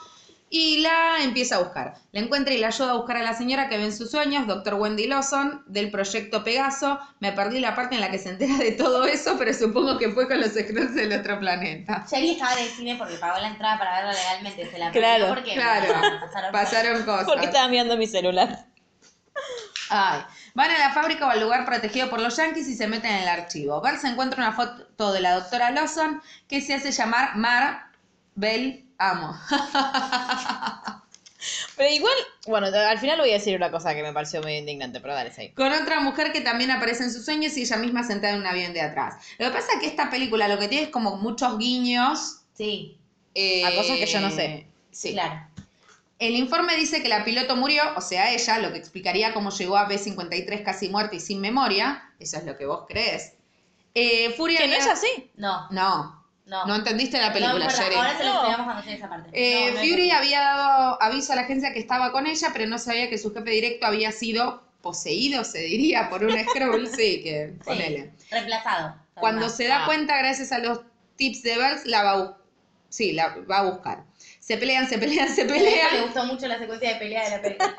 Y la empieza a buscar. La encuentra y la ayuda a buscar a la señora que ve en sus sueños, doctor Wendy Lawson, del proyecto Pegaso. Me perdí la parte en la que se entera de todo eso, pero supongo que fue con los Skrulls del otro planeta. Sherry estaba en el cine porque pagó la entrada para verla legalmente. Se la perdió Claro, porque claro. pasaron. Pasaron cosas. Porque estaba mirando mi celular. Ay. Van a la fábrica o al lugar protegido por los yankees y se meten en el archivo. Bart se encuentra una foto de la doctora Lawson que se hace llamar Mar Bell Amo. Pero igual, bueno, al final voy a decir una cosa que me pareció muy indignante, pero dale, seguí. Con otra mujer que también aparece en sus sueños y ella misma sentada en un avión de atrás. Lo que pasa es que esta película lo que tiene es como muchos guiños. Sí, eh, A cosas que yo no sé. Sí. claro. El informe dice que la piloto murió, o sea, ella, lo que explicaría cómo llegó a B-53 casi muerta y sin memoria. Eso es lo que vos crees. Eh, Furia Que no había- es así. No, No, no. No entendiste la No, película, importa, Sherry. Ahora se lo No. explicamos cuando llegue esa parte. Eh, No, no es Fury así. había dado aviso a la agencia que estaba con ella, pero no sabía que su jefe directo había sido poseído, se diría, por un Skrull. sí, que Sí, ponele. Reemplazado. Cuando Además. se da Ah. cuenta, gracias a los tips de Bells, la va a, bu- sí, la va a buscar. Se pelean, se pelean, se Me pelean. gustó mucho la secuencia de pelea de la película.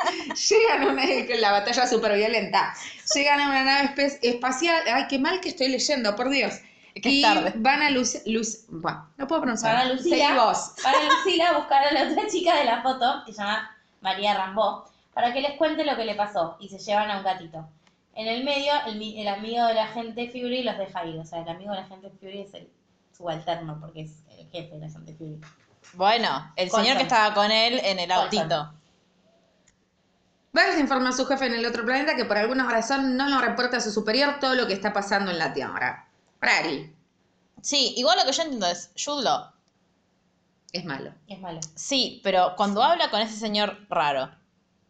Llegan a una, la batalla súper violenta. Llegan a una nave espe- espacial. Ay, qué mal que estoy leyendo, por Dios. Es que es y tarde. van a luz, luz, bueno, no puedo pronunciar. Van a Lucía. Seguí vos. Para Lucila a buscar a la otra chica de la foto, que se llama María Rambó, para que les cuente lo que le pasó. Y se llevan a un gatito. En el medio, el, mi- el amigo de la gente Fury los deja ir. O sea, el amigo de la gente Fury es el subalterno, porque es el jefe de la gente Fury. Bueno, el Colson. señor que estaba con él en el Colson. autito. Burns informa a su jefe en el otro planeta que por alguna razón no lo reporta a su superior todo lo que está pasando en la Tierra. Rari, Sí, igual lo que yo entiendo es, Yudlo, es malo. Es malo. sí, pero cuando habla con ese señor raro,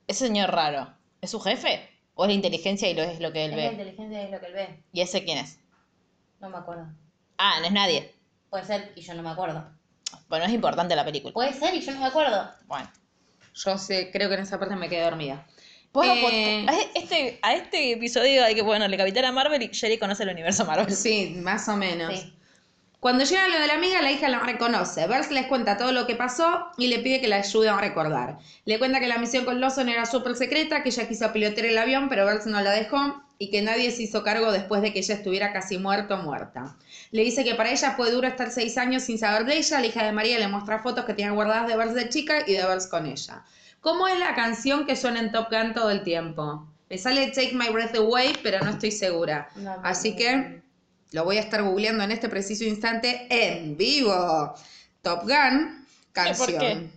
ese señor raro, ¿es su jefe? ¿O es la inteligencia y lo es lo que él es la ve? inteligencia es lo que él ve. ¿Y ese quién es? No me acuerdo. Ah, no es nadie. Puede ser y yo no me acuerdo. Bueno, es importante la película. Puede ser y yo no me acuerdo. Bueno. Yo sé, creo que en esa parte me quedé dormida. Vos no Eh, pod- a, este, a este episodio hay que ponerle Capitana Marvel y Jerry conoce el universo Marvel. Sí, más o menos. Sí. Cuando llega lo de la amiga, la hija la reconoce. Burns les cuenta todo lo que pasó y le pide que la ayude a recordar. Le cuenta que la misión con Lawson era súper secreta, que ella quiso pilotear el avión, pero Burns no la dejó. y que nadie se hizo cargo después de que ella estuviera casi muerta o muerta. Le dice que para ella fue duro estar seis años sin saber de ella. La hija de María le muestra fotos que tenía guardadas de verse de chica y de verse con ella. ¿Cómo es la canción que suena en Top Gun todo el tiempo? Me sale Take My Breath Away, pero no estoy segura. Así que lo voy a estar googleando en este preciso instante en vivo. Top Gun, canción. ¿Por qué?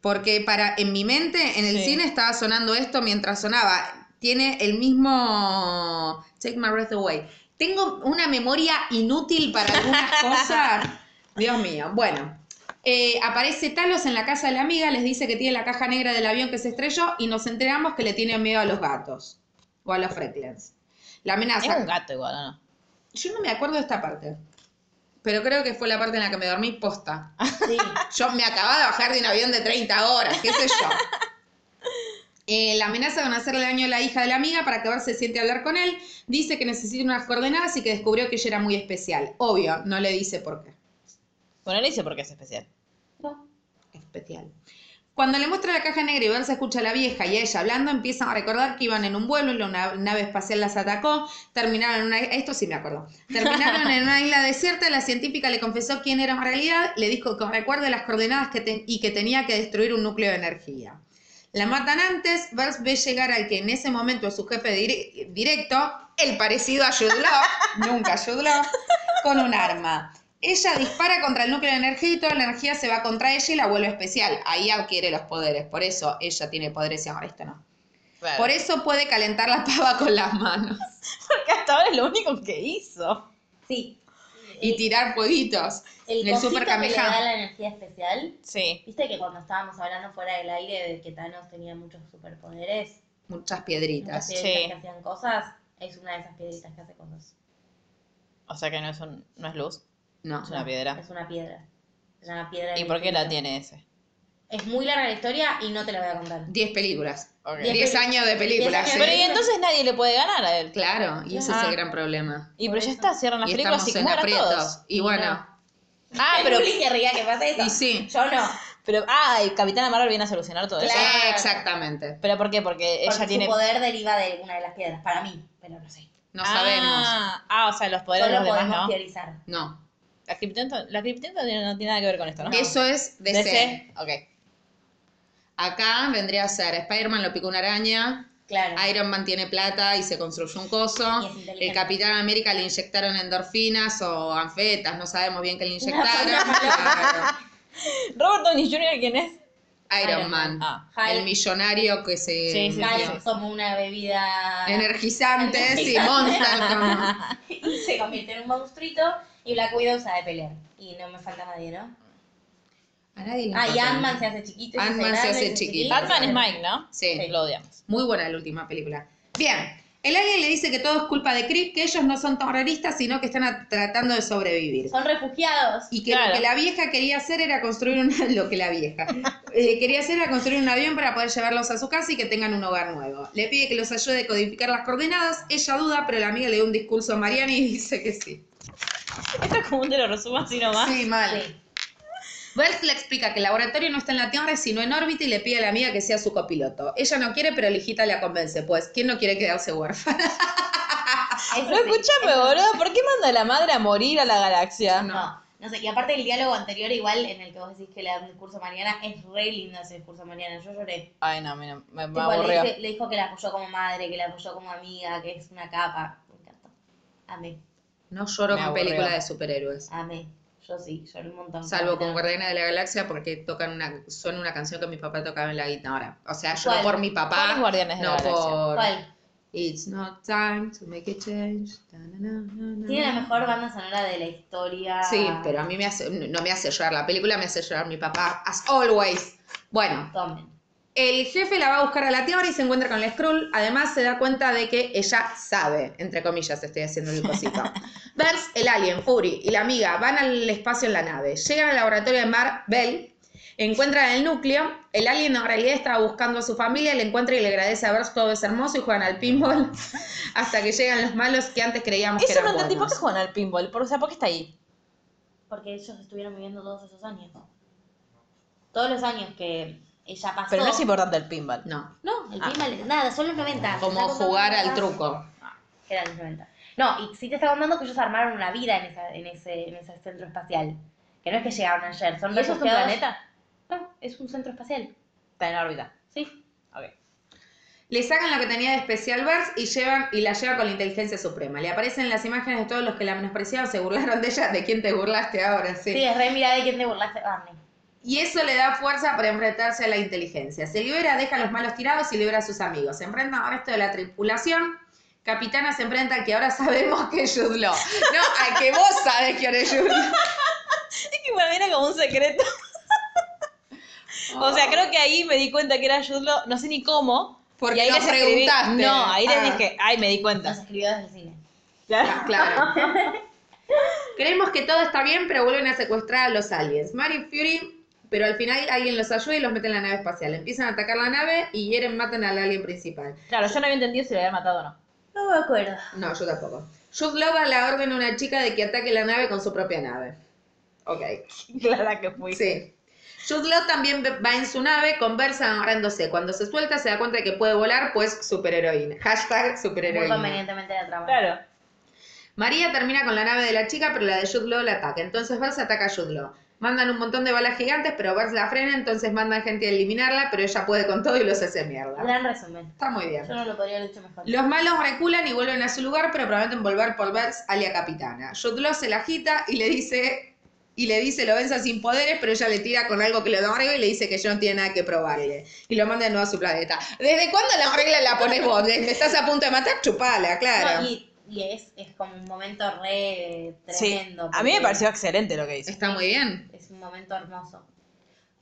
Porque para, en mi mente, en el Sí. cine estaba sonando esto mientras sonaba. Tiene el mismo Take My Breath Away. Tengo una memoria inútil para algunas cosas. Dios mío. Bueno, eh, aparece Talos en la casa de la amiga, les dice que tiene la caja negra del avión que se estrelló y nos enteramos que le tiene miedo a los gatos o a los Freckles. La amenaza. Es un gato igual, ¿o ¿no? Yo no me acuerdo de esta parte. Pero creo que fue la parte en la que me dormí posta. Yo me acababa de bajar de un avión de 30 horas, qué sé yo. Eh, la amenaza con hacerle daño a la hija de la amiga para que Bar se siente a hablar con él. Dice que necesita unas coordenadas y que descubrió que ella era muy especial. Obvio, no le dice por qué. Bueno, le dice porque es especial. especial. Cuando le muestra la caja negra y Bert se escucha a la vieja y a ella hablando, empiezan a recordar que iban en un vuelo y la na- nave espacial las atacó, terminaron en una... Esto sí me acuerdo. Terminaron en una isla desierta, la científica le confesó quién era en realidad, le dijo que recuerde las coordenadas que te- y que tenía que destruir un núcleo de energía. La matan antes, Bert ve llegar al que en ese momento es su jefe dire- directo, el parecido a Jude Law, nunca Jude Law, con un arma. Ella dispara contra el núcleo de energía y toda la energía se va contra ella y la vuelve especial. Ahí adquiere los poderes, por eso ella tiene poderes y ahora esto no. Claro. Por eso puede calentar la pava con las manos Porque hasta ahora es lo único que hizo. Sí. y tirar fueguitos. El, En el cosito Super que le Kamehameha. da la energía especial. Sí. Viste que cuando estábamos hablando fuera del aire de que Thanos tenía muchos superpoderes, Muchas muchas piedritas. piedritas Ah, sí. que hacían cosas, es una de esas piedritas que hace cosas. O sea que no es, un, no es luz, No. es una piedra. Es una piedra. Es una piedra. ¿Y del por qué la infinito. tiene ese? Es muy larga la historia y no te la voy a contar. Diez películas. Ok. Diez Diez peli- años de películas. años ¿eh? de Pero y entonces nadie le puede ganar a él. Claro, y ese es Ah. el gran problema. Y pero ya está, cierran las Y películas estamos y en muera aprietos. todos. Y bueno, Ah, pero, Juli querría que pase eso. y sí. Yo no. pero ah, y Capitana Marvel viene a solucionar todo eso. Claro. Exactamente. ¿Pero por qué? Porque ella Porque tiene... su poder deriva de una de las piedras, para mí, pero no sé. No ah, sabemos. Ah, o sea, los poderes de Solo los demás, ¿no? podemos teorizar. No. La criptonita la Kryptonita no tiene nada que ver con esto, ¿no? Eso es DC. DC. Ok. Acá vendría a ser Spider-Man lo picó una araña, Claro. Iron Man tiene plata y se construyó un coso, Y es inteligente. el Capitán América le inyectaron endorfinas o anfetas, no sabemos bien qué le inyectaron. Robert Downey Jr., ¿quién es? Claro. Iron Iron Man, Man. Ah. el Hulk. millonario que se Sí, sí, Cal- sí, sí. como una bebida energizante, sí, Monster. como- y se convierte en un monstruito y Black Widow sabe pelear. Y no me falta nadie, ¿no? A nadie le Ah, y importa. Ant-Man se hace chiquito. y Ant-Man se grande, hace chiquito. Batman es Mike, ¿no? Sí. Lo odiamos. Muy buena la última película. Bien, el alien le dice que todo es culpa de Creed, que ellos no son terroristas, sino que están a- tratando de sobrevivir. Son refugiados. Y que Claro. lo que la vieja quería hacer era construir una, lo que la vieja eh, quería hacer era construir un avión para poder llevarlos a su casa y que tengan un hogar nuevo. Le pide que los ayude a codificar las coordenadas, ella duda, pero la amiga le da un discurso a Mariana y dice que sí. Esto es como un te lo resumo así nomás. Sí, mal. Sí. Bert le explica que el laboratorio no está en la Tierra, sino en órbita y le pide a la amiga que sea su copiloto. Ella no quiere, pero la hijita la convence. Pues, ¿quién no quiere quedarse huérfana? Eso No, sí. escúchame, boludo, ¿por qué manda a la madre a morir a la galaxia? No, no sé. Y aparte el diálogo anterior, igual en el que vos decís que le dan un discurso a Mariana, es re lindo ese discurso a Mariana. Yo lloré. Ay, no, mira, me, me Tipo, le, aburrió. dice- le dijo que la apoyó como madre, que la apoyó como amiga, que es una capa. Me encantó. Amé, No lloro Me con aburrió. películas de superhéroes. amé. Yo sí, lloré un montón. Salvo con Capitán. Guardianes de la Galaxia porque tocan una, suena una canción que mi papá tocaba en la guitarra. O sea, yo ¿Cuál? por mi papá. ¿Cuál es Guardianes de no la Galaxia? por. ¿Cuál? It's not time to make a change. Ta, na, na, na, na. Tiene la mejor banda sonora de la historia. Sí, pero a mí me hace, no me hace llorar la película, me hace llorar mi papá, as always. Bueno, Tomen. el jefe la va a buscar a la tierra y se encuentra con la Skrull. Además, se da cuenta de que ella sabe, entre comillas, estoy haciendo el cosito. Vers, el alien, Fury y la amiga van al espacio en la nave. Llegan al laboratorio de Mar Bell, encuentran el núcleo. El alien en realidad estaba buscando a su familia, le encuentra y le agradece a Vers todo es hermoso y juegan al pinball hasta que llegan los malos que antes creíamos que Eso eran no entendí, ¿por buenos. qué juegan al pinball? Por- O sea, ¿por qué está ahí? Porque ellos estuvieron viviendo todos esos años. Todos los años que ella pasó. Pero no es importante el pinball. No, No, el Ah. pinball, nada, son los 90. como Está contando jugar cosas. al truco. que eran los 90. No, y sí te está contando que ellos armaron una vida en, esa- en ese, en ese centro espacial. Que no es que llegaron ayer, son ¿Y eso es un refugiados- planeta? No, es un centro espacial. Está en órbita. Sí. Le sacan lo que tenía de especial Burns y, llevan, y la lleva con la inteligencia suprema. Le aparecen las imágenes de todos los que la menospreciaron, se burlaron de ella, de quién te burlaste ahora, sí. Sí, es re mirada de quién te burlaste, Ah, Barney. Y eso le da fuerza para enfrentarse a la inteligencia. Se libera, deja a los malos tirados y libera a sus amigos. Se enfrenta al resto de la tripulación. Capitana se enfrenta al que ahora sabemos que es Jude Law. No, al que vos sabés que ahora es Jude Law. Es que para mí era como un secreto. O sea, creo que ahí me di cuenta que era Jude Law, no sé ni cómo. Porque y ahí nos les escribí- preguntaste. No, ahí Ah. les dije, ay, me di Nos cuenta. escribió desde el cine. Ah, Claro. Creemos que todo está bien, pero vuelven a secuestrar a los aliens. Mary Fury, pero al final alguien los ayuda y los mete en la nave espacial. Empiezan a atacar la nave y hieren, matan al alien principal. Claro, yo no había entendido si lo había matado o no. No me acuerdo. No, yo tampoco. Jude Law da la orden a una chica de que ataque la nave con su propia nave. Ok, Clara que fui. sí. Jude Law también va en su nave, conversan agarrándose. Cuando se suelta se da cuenta de que puede volar, pues superheroína. Hashtag Muy superheroína. convenientemente la trama. Claro. María termina con la nave de la chica, pero la de Jude Law la ataca. Entonces Burns ataca a Jude Law. Mandan un montón de balas gigantes, pero Burns la frena, entonces mandan gente a eliminarla, pero ella puede con todo y los hace mierda. Gran resumen. Está muy bien. Yo no lo podría haber hecho mejor. Los malos reculan y vuelven a su lugar, pero prometen volver por Burns alia capitana. Jude Law se la agita y le dice, y le dice lo venza sin poderes, pero ella le tira con algo que lo amarga y le dice que yo no tiene nada que probarle. Y lo manda de nuevo a su planeta. ¿Desde cuándo la regla la pones vos? Desde que estás a punto de matar, chupala, claro. No, y y es, es como un momento re eh, Sí. tremendo. A mí me porque pareció excelente lo que hizo. Está muy bien. Es un momento hermoso.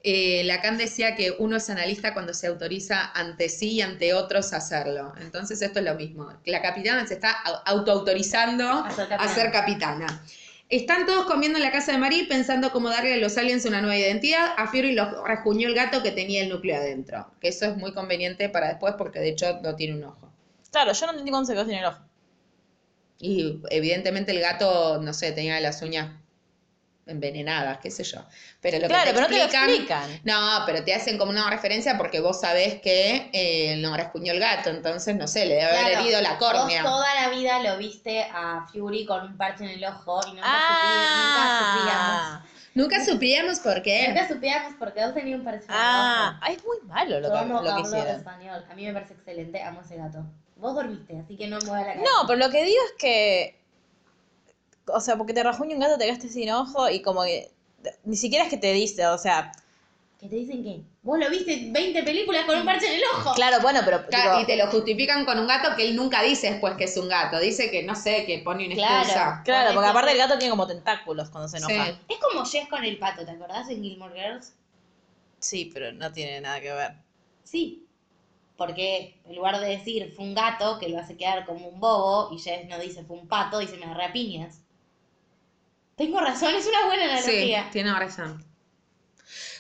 Eh, Lacan decía que uno es analista cuando se autoriza ante sí y ante otros a hacerlo. Entonces esto es lo mismo. La capitana se está au- autoautorizando A ser capitana. a ser capitana. Están todos comiendo en la casa de Marie pensando cómo darle a los aliens una nueva identidad. A Fury los rejuñó el gato que tenía el núcleo adentro. Que eso es muy conveniente para después porque de hecho no tiene un ojo. Claro, yo no entendí cuándo se quedó sin el ojo. Y evidentemente el gato, no sé, tenía las uñas envenenadas, qué sé yo. Pero lo Claro, que te pero no te lo explican- explican. No, pero te hacen como una referencia porque vos sabés que eh, no rascuñó el gato, entonces no sé, le debe haber Claro, herido la córnea. Vos toda la vida lo viste a Fury con un parche en el ojo y nunca, supi- Ah, Eh. Nunca supíamos por qué. nunca supíamos. Nunca supíamos por qué vos tenías un parche en el ah, ojo. Ay, es muy malo lo Yo que, amo lo que hablo hicieron. español. A mí me parece excelente. Amo ese gato. Vos dormiste, así que no me voy a la cabeza. No, pero lo que digo es que. O sea, porque te rajuña un gato, te quedaste sin ojo y como que. Ni siquiera es que te dice, o sea. Que te dicen que vos lo viste 20 películas con un parche en el ojo. Claro, bueno, pero. Ca- digo, y te lo justifican con un gato que él nunca dice después que es un gato. Dice que no sé, que pone una Claro. excusa. claro, porque aparte el gato tiene como tentáculos cuando se enoja. Sí. Sí, Es como Jess con el pato, ¿te acordás en Gilmore Girls? pero no tiene nada que ver. Sí. Porque en lugar de decir fue un gato, que lo hace quedar como un bobo, y Jess no dice fue un pato, dice me agarré a piñas. Tengo razón, es una buena Sí, analogía. tiene razón.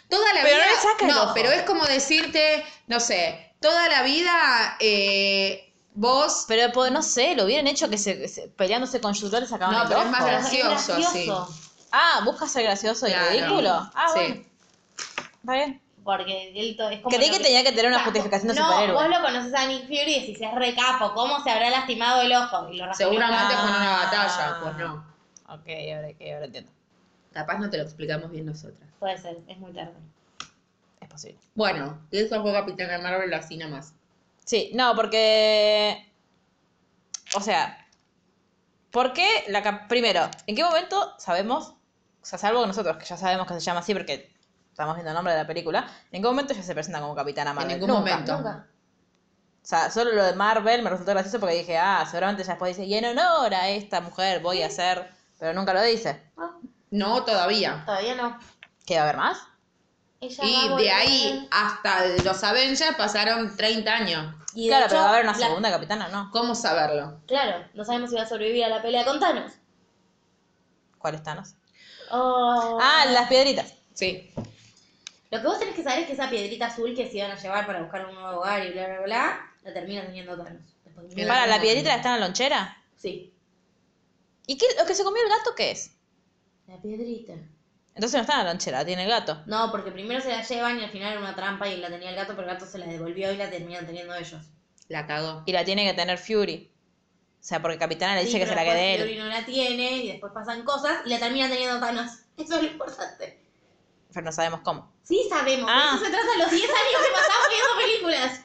Toda la Pero vida. no le saca el no, ojo. pero es como decirte, no sé, toda la vida eh, vos Pero pues, no sé, lo hubieran hecho que se, se- peleándose con Jude Law le sacaban No, el pero es ojo. más gracioso, Ah, busca ser gracioso y Claro. ridículo. Ah, Sí. bueno. Está bien. Porque él to- es como. Creí lo que tenía que tener una Ah, justificación de no, Vos superhéroe. lo conoces a Nick Fury y decís, es recapo, ¿cómo se habrá lastimado el ojo? Y lo rasguñó. seguramente Ah. con una batalla. Pues no. Ok, ahora, ok, ahora entiendo. Capaz no te lo explicamos bien nosotras. Puede ser, es muy tarde. Es posible. Bueno, eso fue Capitana Marvel así nada más. Sí, no, porque. O sea. ¿Por qué la cap- Primero, ¿en qué momento sabemos? O sea, salvo nosotros, que ya sabemos que se llama así porque estamos viendo el nombre de la película. ¿En qué momento ella se presenta como Capitana Marvel? en ningún Nunca. momento. O sea, solo lo de Marvel me resultó gracioso porque dije, ah, seguramente ella después dice, y en honor a esta mujer voy a hacer. Pero nunca lo dice. No, todavía. Todavía no. ¿Qué va a haber más? Ella va a Y de volver. ahí hasta los Avengers pasaron 30 años. Y de claro, hecho, pero va a haber una la- segunda capitana, ¿no? ¿Cómo saberlo? Claro, no sabemos si va a sobrevivir a la pelea con Thanos. ¿Cuál es Thanos? Oh. Ah, las piedritas. Sí. Lo que vos tenés que saber es que esa piedrita azul que se iban a llevar para buscar un nuevo hogar y bla, bla, bla, la termina teniendo Thanos. Después de En mil- Para, algún ¿la piedrita momento. está en la lonchera? Sí, ¿Y qué, lo que se comió el gato qué es? la piedrita. Entonces no está en la lonchera, la tiene el gato. No, porque primero se la llevan y al final era una trampa y la tenía el gato, pero el gato se la devolvió y la terminan teniendo ellos. La cagó. Y la tiene que tener Fury. sea, porque Capitana le Sí, dice que se pero la quede después él. Yuri no la tiene y después pasan cosas y la termina teniendo Thanos. Eso es lo importante. Pero no sabemos cómo. Sí sabemos, Ah. de eso se trata los 10 años que pasamos viendo películas.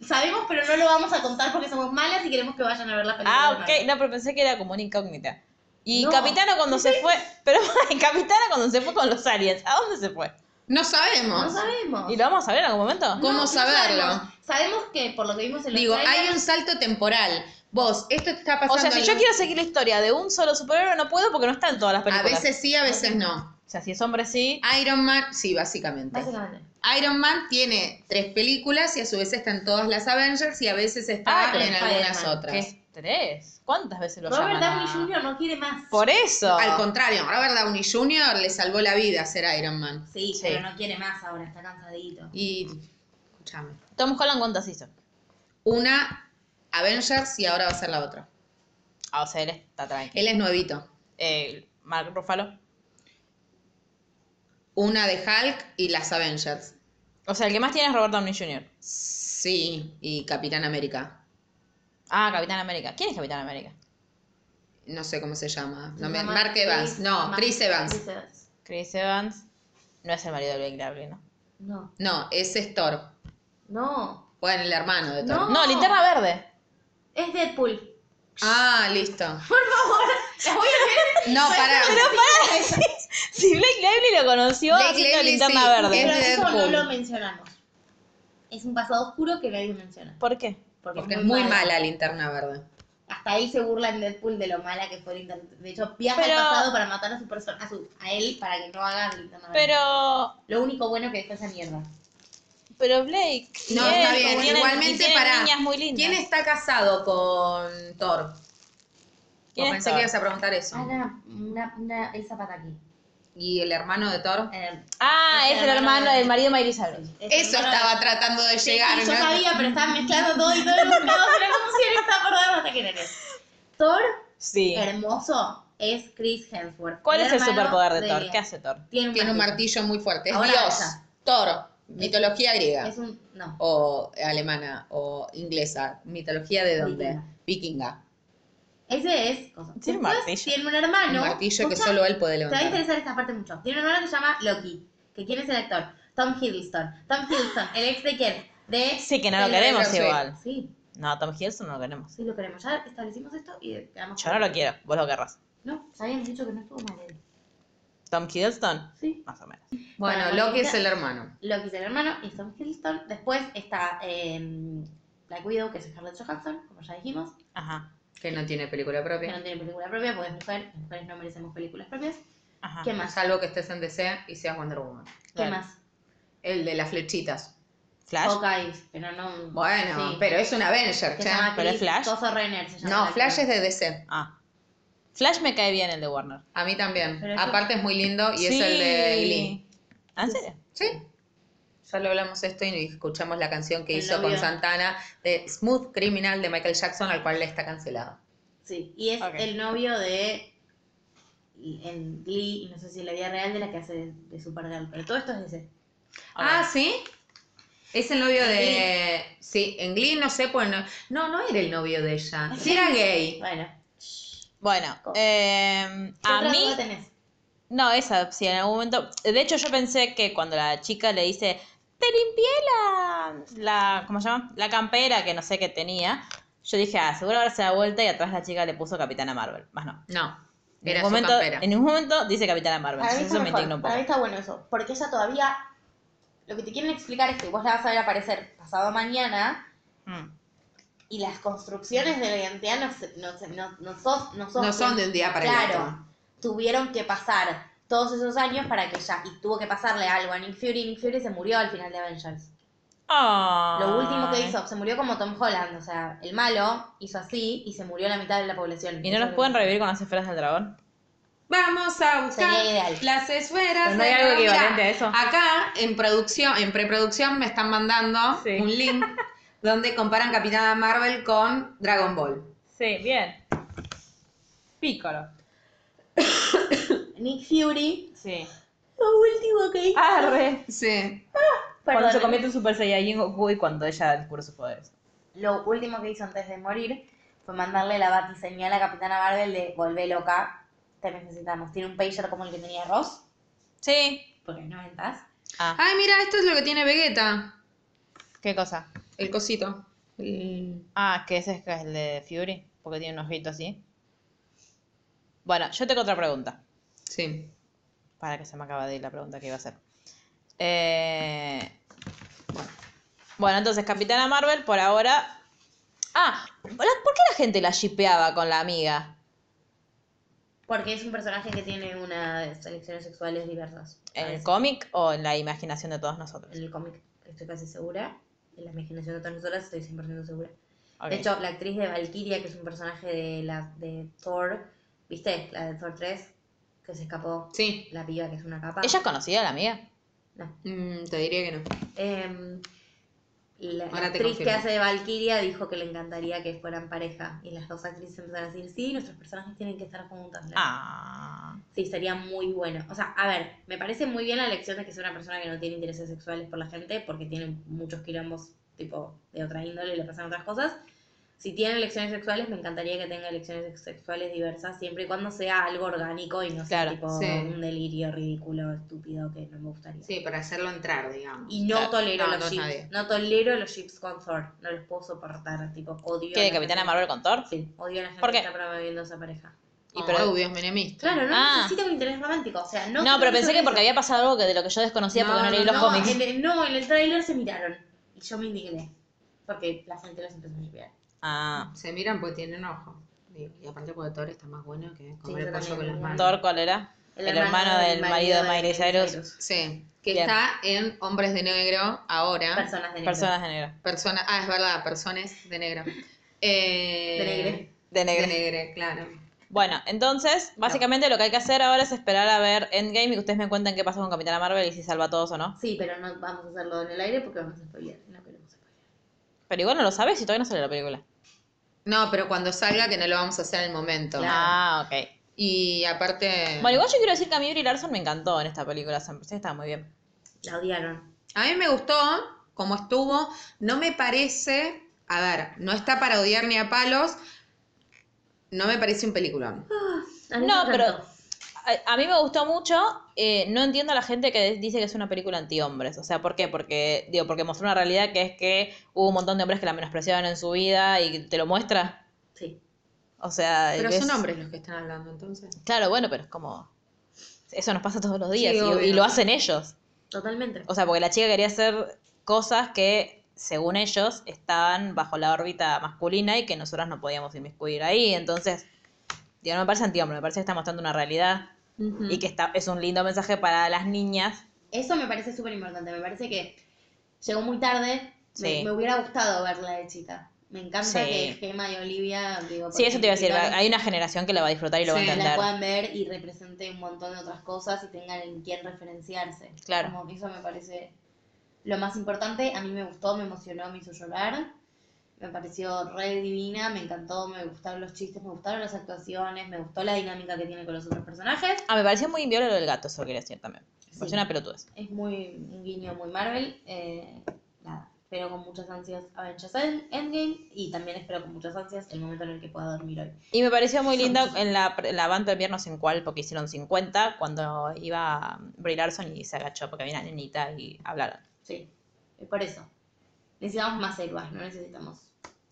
Sabemos, pero no lo vamos a contar porque somos malas y queremos que vayan a ver la película. Ah, ok. No, pero pensé que era como una incógnita. Y No. Capitana cuando se fue. Pero Capitana cuando se fue con los aliens. ¿A dónde se fue? No No sabemos. sabemos. ¿Y lo vamos a ver en algún momento? ¿Cómo saberlo? Sabemos. Sabemos que por lo que vimos en los Digo, hay trailers, un salto temporal. Vos, esto te está pasando. O sea, si en- yo quiero seguir la historia de un solo superhéroe, no puedo porque no está en todas las A películas. veces Ah, sí, a veces no. O sea, si es hombre, sí. Iron Man, sí, básicamente. Básicamente. Iron Man tiene tres películas y a su vez está en todas las Avengers y a veces está Ah, pero en algunas Spider-Man, otras. ¿Qué? ¿Tres? ¿Cuántas veces lo llaman? Robert Downey a- Jr. no quiere más. Por eso. Al contrario, Robert Downey Jr. le salvó la vida ser Iron Man. Sí, pero no quiere más ahora, está cansadito. Y, escúchame, Tom Holland, ¿cuántas hizo? una Avengers y ahora va a ser la otra. Ah, o sea, él está tranquilo. Él es nuevito. Eh, Mark Ruffalo. Una de Hulk y las Avengers. O sea, el que más tiene es Robert Downey Jr. Sí, y Capitán América. Ah, Capitán América. ¿Quién es Capitán América? No sé cómo se llama. No Se me, llama Mark Evans. Chris- No, Mark- Chris Evans. Chris Evans. Chris Evans. No es el marido de Blake Lively, ¿no? No, No, ese es Thor. no. Bueno, el hermano de Thor. No. No, Linterna Verde. Es Deadpool. Ah, listo. Por favor, las voy a ver. No, pará. Si Blake Lively lo conoció Blake haciendo Lively, Linterna sí. Verde. Es- Pero eso no Deadpool. lo mencionamos. Es un pasado oscuro que nadie menciona. ¿Por qué? Porque, Porque es muy mala linterna verde. Hasta él se burla en Deadpool de lo mala que fue Linterna. De hecho, viaja Pero- al pasado para matar a su persona, a, su- a él para que no haga Linterna Verde. Pero. Lo único bueno que dejó esa mierda. Pero Blake. No, y él, está bien. y tienen- y Igualmente, tienen pará. niñas muy lindas. ¿Quién está casado con Thor? ¿Quién O es pensé Thor? que ibas a preguntar eso. Ana, una, una, el zapataki. ¿Y el hermano de Thor? Eh, Ah, Es es el hermano del marido de Miley Cyrus. es Eso hermano de- estaba tratando de Sí, llegar. sí, yo ¿no? sabía, pero estaba mezclando todo y todo el mundo. Pero como si él estaba por dar hasta quién eres. Thor, Sí. hermoso, es Chris Hemsworth. ¿Cuál es el hermano superpoder de Thor? ¿Qué hace Thor? Tiene Tiene un martillo muy fuerte. Es Ahora Dios. esa. Thor. Mitología griega. Es un. No. O alemana. O inglesa. ¿Mitología de dónde? Vikinga. Ese es. cosa. Tiene un Después martillo. Tiene un hermano. Un martillo que Escucha, solo él puede Te va a levantar. interesar esta parte mucho. Tiene un hermano que se llama Loki. ¿Que quién es el actor? Tom Hiddleston. Tom Hiddleston, ¿el ex de quién? De. Sí, que no lo El queremos Rey Rock, igual. Sí, No, Tom Hiddleston no lo queremos. sí lo queremos. Ya establecimos esto y quedamos. Yo no lo quiero, vos lo querrás. No, ya habíamos dicho que no estuvo mal él. Tom Hiddleston, Sí. más o menos. Bueno, Para Loki Monica. es el hermano. Loki es el hermano y Tom Hiddleston. Después está eh, Black Widow, que es Scarlett Johansson, como ya dijimos, Ajá, Que no tiene película que no propia. tiene película propia porque es mujer, las mujeres no merecemos películas propias. ajá. ¿Qué más? Salvo que estés en DC y seas Wonder Woman. ¿Qué Ah, Claro. más? El de las flechitas. ¿Flash? Hawkeye, pero no... Bueno, sí. pero es un Avenger, Que se che. llama ¿Pero Chris es Flash? Coso Renner se llama No, el Flash es actor. de DC. Ah. Flash me cae bien el de Warner. A mí también. Pero eso- Aparte es muy lindo y es Sí. el de Glee. ¿Ah, ¿En serio? Sí. Ya lo hablamos esto y escuchamos la canción que El hizo con novio. Santana de Smooth Criminal de Michael Jackson, al cual le está cancelado. Sí, y es Ok. el novio de... y En Glee, y no sé si en la vida real de la que hace de, de Supergirl, pero todo esto es ese. Ah, ¿sí? Es el novio de... Sí, en Glee no sé, pues no... No, no era el novio de ella. Sí era gay. Bueno, Bueno, eh, ¿qué a otra mí... duda tenés? No, esa, sí, en algún momento... De hecho, yo pensé que cuando la chica le dice, te limpié la... la ¿Cómo se llama? La campera que no sé qué tenía. Yo dije, ah, seguro ahora se da vuelta y atrás la chica le puso Capitana Marvel. Más no. No, En era su ningún momento, campera. en ningún momento dice Capitana Marvel. Para mí, entonces está eso me mejor, indigna un para mí poco. está bueno eso, porque ella todavía, lo que te quieren explicar es que vos la vas a ver aparecer pasado mañana Mm. y las construcciones de la identidad no, se- no, se- no, no sos- no sos- No son de un día para el claro, otro. tuvieron que pasar todos esos años para que ya, y tuvo que pasarle algo a Nick Fury, Nick Fury se murió al final de Avengers. Ah. Lo último que Ay. hizo, se murió como Tom Holland, o sea, el malo hizo así y se murió la mitad de la población. ¿Y no los pueden revivir con las esferas del dragón? Vamos a Sería buscar ideal. las esferas. Pero no hay del algo dragón. Mirá, equivalente a eso. Acá en producción, en preproducción me están mandando Sí. un link donde comparan Capitana Marvel con Dragon Ball. Sí, bien. Pícaro. Nick Fury, Sí. lo último que hizo. Arre. Sí. Ah, Cuando se Perdón. convierte en Super Saiyajin Goku y cuando ella descubre sus poderes. lo último que hizo antes de morir fue mandarle la batiseñal a Capitana Marvel de volvé loca, te necesitamos. Tiene un pager como el que tenía Ross, Sí. porque no ventas. Ay, mira, esto es lo que tiene Vegeta. Ah, ¿Qué cosa? El cosito. El- Ah, que ese es que es el de Fury, porque tiene un ojito así. Bueno, yo tengo otra pregunta. Sí. Para que se me acaba de ir la pregunta que iba a hacer. Eh, Bueno, entonces Capitana Marvel por ahora. Ah, ¿por por qué la gente la shipeaba con la amiga? Porque es un personaje que tiene unas selecciones sexuales diversas. ¿En el Parece. cómic o en la imaginación de todos nosotros? En el cómic, estoy casi segura. En la imaginación de todas nosotras estoy 100% segura. Ok. De hecho, la actriz de Valkyria, que es un personaje de la de Thor, ¿viste? La de Thor 3, que se escapó. Sí. La piba que es una capa. ¿Ella conocía a la amiga? No. Mm, te diría que no. Em, la, la Ahora te actriz que confirmo. hace de Valkyria dijo que le encantaría que fueran pareja. Y las dos actrices empezaron a decir, sí, nuestros personajes tienen que estar juntas. La- Ah. Sí, sería muy bueno. O sea, a ver, me parece muy bien la elección de que sea una persona que no tiene intereses sexuales por la gente, porque tiene muchos quilombos tipo de otra índole y le pasan otras cosas. Si tiene elecciones sexuales, me encantaría que tenga elecciones ex- sexuales diversas, siempre y cuando sea algo orgánico y no sea Claro, tipo sí. un delirio ridículo, estúpido, que no me gustaría. Sí, para hacerlo entrar, digamos. Y no Claro. tolero No, los no es ships. nadie. No tolero los ships con Thor. No los puedo soportar. Tipo, odio. ¿Qué, de a la Capitana gente- Marvel con Thor? Sí, odio a la gente ¿Por que qué? está promoviendo esa pareja. Y Como pero- obvio, es menemista. Claro, no Ah. necesita un interés romántico. O sea, no. No, pero no pensé que necesito porque había pasado algo que de lo que yo desconocía porque no No, leí no, los no, cómics. En el, no, en el tráiler se miraron. Y yo me indigné. Porque la gente los empezó a mirar. Ah. Se miran porque tienen ojo. Y, y aparte porque Thor está más bueno que comer pollo yo también. con las manos. ¿Thor cuál era? El, hermano, del marido de Miley Cyrus. Sí. Que Bien. está en Hombres de Negro ahora. Personas de negro. Personas de negro. Persona, ah, es verdad, personas de negro. Eh, De negre. De negro. De negre, claro. Bueno, entonces, básicamente lo que hay que hacer ahora es esperar a ver Endgame y que ustedes me cuenten qué pasa con Capitana Marvel y si salva a todos o no. Sí, pero no vamos a hacerlo en el aire porque vamos a spoilear. No queremos spoilear. Pero igual no lo sabes y todavía no sale la película. No, pero cuando salga que no lo vamos a hacer en el momento. Ah, ok. Y aparte, Bueno, igual yo quiero decir que a mí Brie Larson me encantó en esta película. se me pareció que estaba muy bien. La odiaron. a mí me gustó como estuvo. No me parece, a ver, no está para odiar ni a palos. No me parece un peliculón. A mí No, me pero encantó. a, a mí me gustó mucho. eh, no entiendo a la gente que dice que es una película antihombres. O sea, ¿por qué? Porque, digo, porque mostró una realidad que es que hubo un montón de hombres que la menospreciaron en su vida y te lo muestra. Sí. O sea, Pero ves- son hombres los que están hablando entonces. Claro, bueno, pero es como. Eso nos pasa todos los días Sí, y- obvio. y lo hacen ellos. Totalmente. O sea, porque la chica quería hacer cosas que, según ellos, estaban bajo la órbita masculina y que nosotras no podíamos inmiscuir ahí. Entonces, digo, no me parece antihombre, me parece que está mostrando una realidad Mm. y que está, es un lindo mensaje para las niñas. Eso me parece súper importante. Me parece que llegó muy tarde. Me, Sí. me hubiera gustado verla de chica. Me encanta Sí. que Gemma y Olivia. Digo, Sí, eso te iba a decir, participaran. hay una generación que la va a disfrutar y lo va a Sí, la la entender. puedan ver y represente un montón de otras cosas y tengan en quién referenciarse. Claro. Como que eso me parece lo más importante. A mí me gustó, me emocionó, me hizo llorar. Me pareció re divina, me encantó, me gustaron los chistes, me gustaron las actuaciones, me gustó la dinámica que tiene con los otros personajes. Ah, me pareció muy viola lo del gato, eso quería decir también. Me pareció Sí. una pelotudez. Es muy un guiño muy Marvel. eh, nada, espero con muchas ansias Avengers End- Endgame y también espero con muchas ansias el momento en el que pueda dormir hoy. Y me pareció muy linda en la, pre- la banda no sé en cuál, porque hicieron 50, cuando iba Brie Larson y se agachó porque había una nenita y hablaron. Sí, es por eso. Necesitamos más héroes, no necesitamos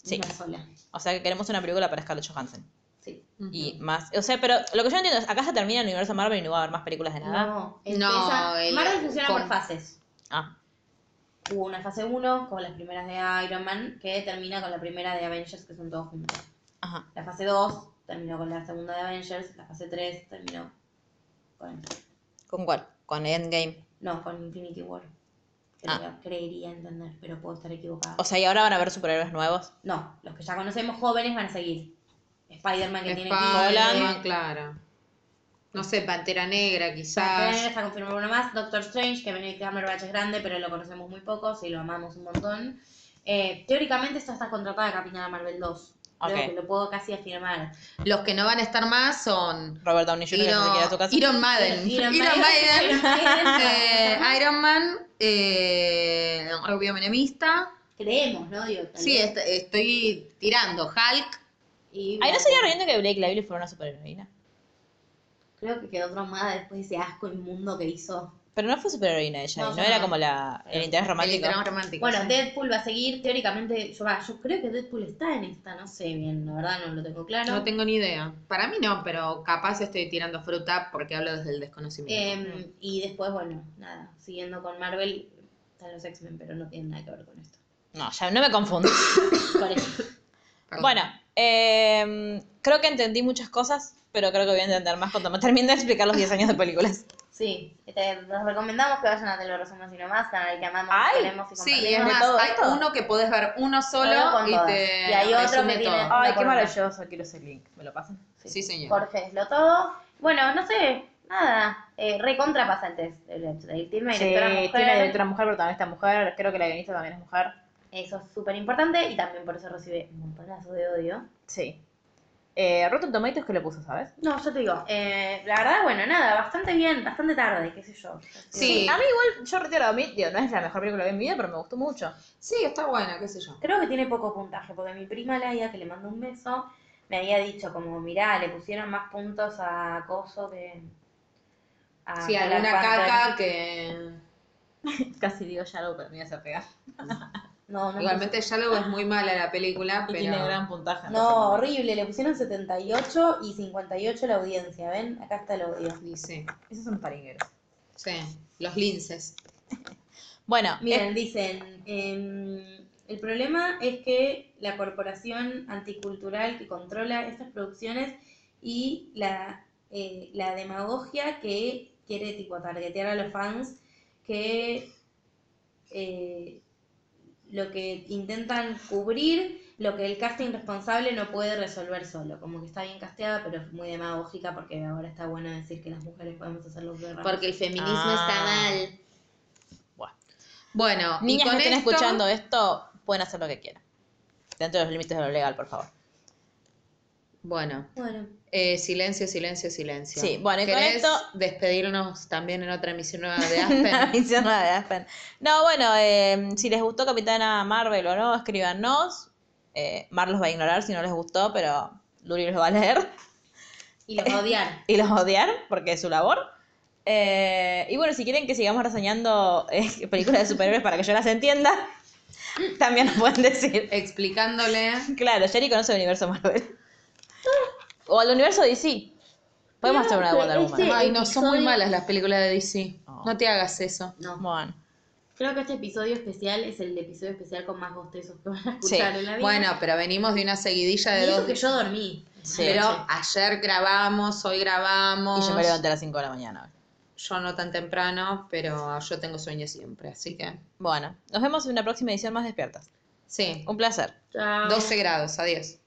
Sí. una sola. O sea que queremos una película para Scarlett Johansson. Sí. Y más. O sea, pero lo que yo no entiendo es, acá se termina el universo Marvel y no va a haber más películas de nada. No, No, empieza- el- Marvel funciona por con- fases. Ah, Hubo una fase 1 con las primeras de Iron Man que termina con la primera de Avengers que son todos juntos. ajá. La fase 2 terminó con la segunda de Avengers, la fase 3 terminó con ¿Con cuál? Con Endgame. no, con Infinity War. Creo- Creería entender, pero puedo estar equivocada. Ah. O sea, y ahora van a haber superhéroes nuevos. no, los que ya conocemos jóvenes van a seguir. Spider-Man que tiene Spider-Man, claro. No sé, Pantera Negra Pantera quizás. está confirmado uno más. Doctor Strange, que Benedict Cumberbatch es grande, pero lo conocemos muy poco, sí, lo amamos un montón. Eh, teóricamente esto está contratada a Capitana Marvel 2. Creo Ok. que lo puedo casi afirmar. Los que no van a estar más son Robert Downey Jr. que se Iron, queda a su casa. Iron Maiden. Iron Iron, Maiden. Maiden. Iron Maiden. Eh, Iron Man. Eh, obvio menemista. Creemos, ¿no? Digo, tal Sí, vez. est- estoy tirando. Hulk. Y Ahí no sería riendo que Blake Lively fuera una superheroína. Creo que quedó traumada después de ese asco inmundo que hizo. Pero no fue superheroína ella, No, y no yo era no. como la, el interés El romántico. drama romántico. Bueno, sí. Deadpool va a seguir, teóricamente, yo, va, yo creo que Deadpool está en esta, no sé bien, la verdad no lo tengo claro. No tengo ni idea. Para mí no, pero capaz estoy tirando fruta porque hablo desde el desconocimiento. Em, y después, bueno, nada, siguiendo con Marvel, están los X-Men, pero no tienen nada que ver con esto. No, ya no me confundo. Con esto. Perdón. Bueno, eh, creo que entendí muchas cosas, pero creo que voy a entender más cuando me termine de explicar los 10 años de películas. Sí, este, nos recomendamos que vayan a Te lo resumo así nomás, canal que amamos, Ay, queremos y Sí, compartimos. y es más, todo hay esto? uno que podés ver uno solo Solo con y dos. te Y hay otro resume que tiene- todo. Ay, qué maravilloso, quiero ese link. ¿Me lo pasan? Sí, señor. Jorge es lo todo. Bueno, no sé, nada, eh, recontra pasantes. Tiene una Sí, directora mujer, tiene directora mujer, protagonista mujer, creo que la guionista también es mujer. eso es súper importante y también por eso recibe un montonazo de odio. Sí. Eh, Rotten Tomatoes que le puso, ¿sabes? No, yo te digo, eh, la verdad, bueno, nada, bastante bien, bastante tarde, qué sé yo. Sí. A mí igual, yo retiro a mí, digo, no es la mejor película que vi en mi vida, pero me gustó mucho. Sí, está buena, qué sé yo. Creo que tiene poco puntaje, porque mi prima Laia, que le mandó un beso, me había dicho como, mirá, le pusieron más puntos a Coso que... A Ah, Sí, Black alguna Panther". caca que... Casi digo ya algo, pero me ibas a pegar. No, no, Igualmente Shallow es muy mala la película, Y pero... tiene gran puntaje. no, horrible, le pusieron 78 y 58 la audiencia, ¿ven? Acá está el odio. Y sí, Esos son paringueros. sí. Los linces. Bueno, Miren, dicen, em, el problema es que la corporación anticultural que controla estas producciones y la, eh, la demagogia que quiere tipo targetear a los fans, que eh, lo que intentan cubrir, lo que el casting responsable no puede resolver solo, como que está bien casteada, pero es muy demagógica porque ahora está bueno decir que las mujeres podemos hacer lo que Ah. queramos. Porque el feminismo está mal. Bueno, y Niñas que con estén esto- escuchando esto, pueden hacer lo que quieran. Dentro de los límites de lo legal, por favor. Bueno, Bueno. eh, silencio, silencio, silencio. Sí, bueno, y con ¿Querés esto- despedirnos también en otra emisión nueva de Una Aspen? misión nueva de Aspen. No, bueno, eh, si les gustó Capitana Marvel o no, escríbanos. Eh, Mar los va a ignorar si no les gustó, pero Luri los va a leer Y los va a odiar. y los va a odiar porque es su labor. Eh, y bueno, si quieren que sigamos reseñando eh, películas de superhéroes para que yo las entienda, también nos pueden decir. Explicándole... Claro, Jerry conoce el universo Marvel. O al universo DC. Podemos hacer una de Wonder Woman. este- Ay, no, son muy episodio- malas las películas de DC. Oh. No te hagas eso. No. Bueno, Creo que este episodio especial es el episodio especial con más bostezos que van a escuchar Sí. en la vida. Bueno, pero venimos de una seguidilla y de eso dos. que yo dormí. sí. pero sí. ayer grabamos, hoy grabamos. Y yo me levanté a las 5 de la mañana. hoy. Yo no tan temprano, pero yo tengo sueño siempre, así que. Oh, Bueno, nos vemos en una próxima edición más despiertas. Sí, Un placer. Chao. 12 grados, adiós.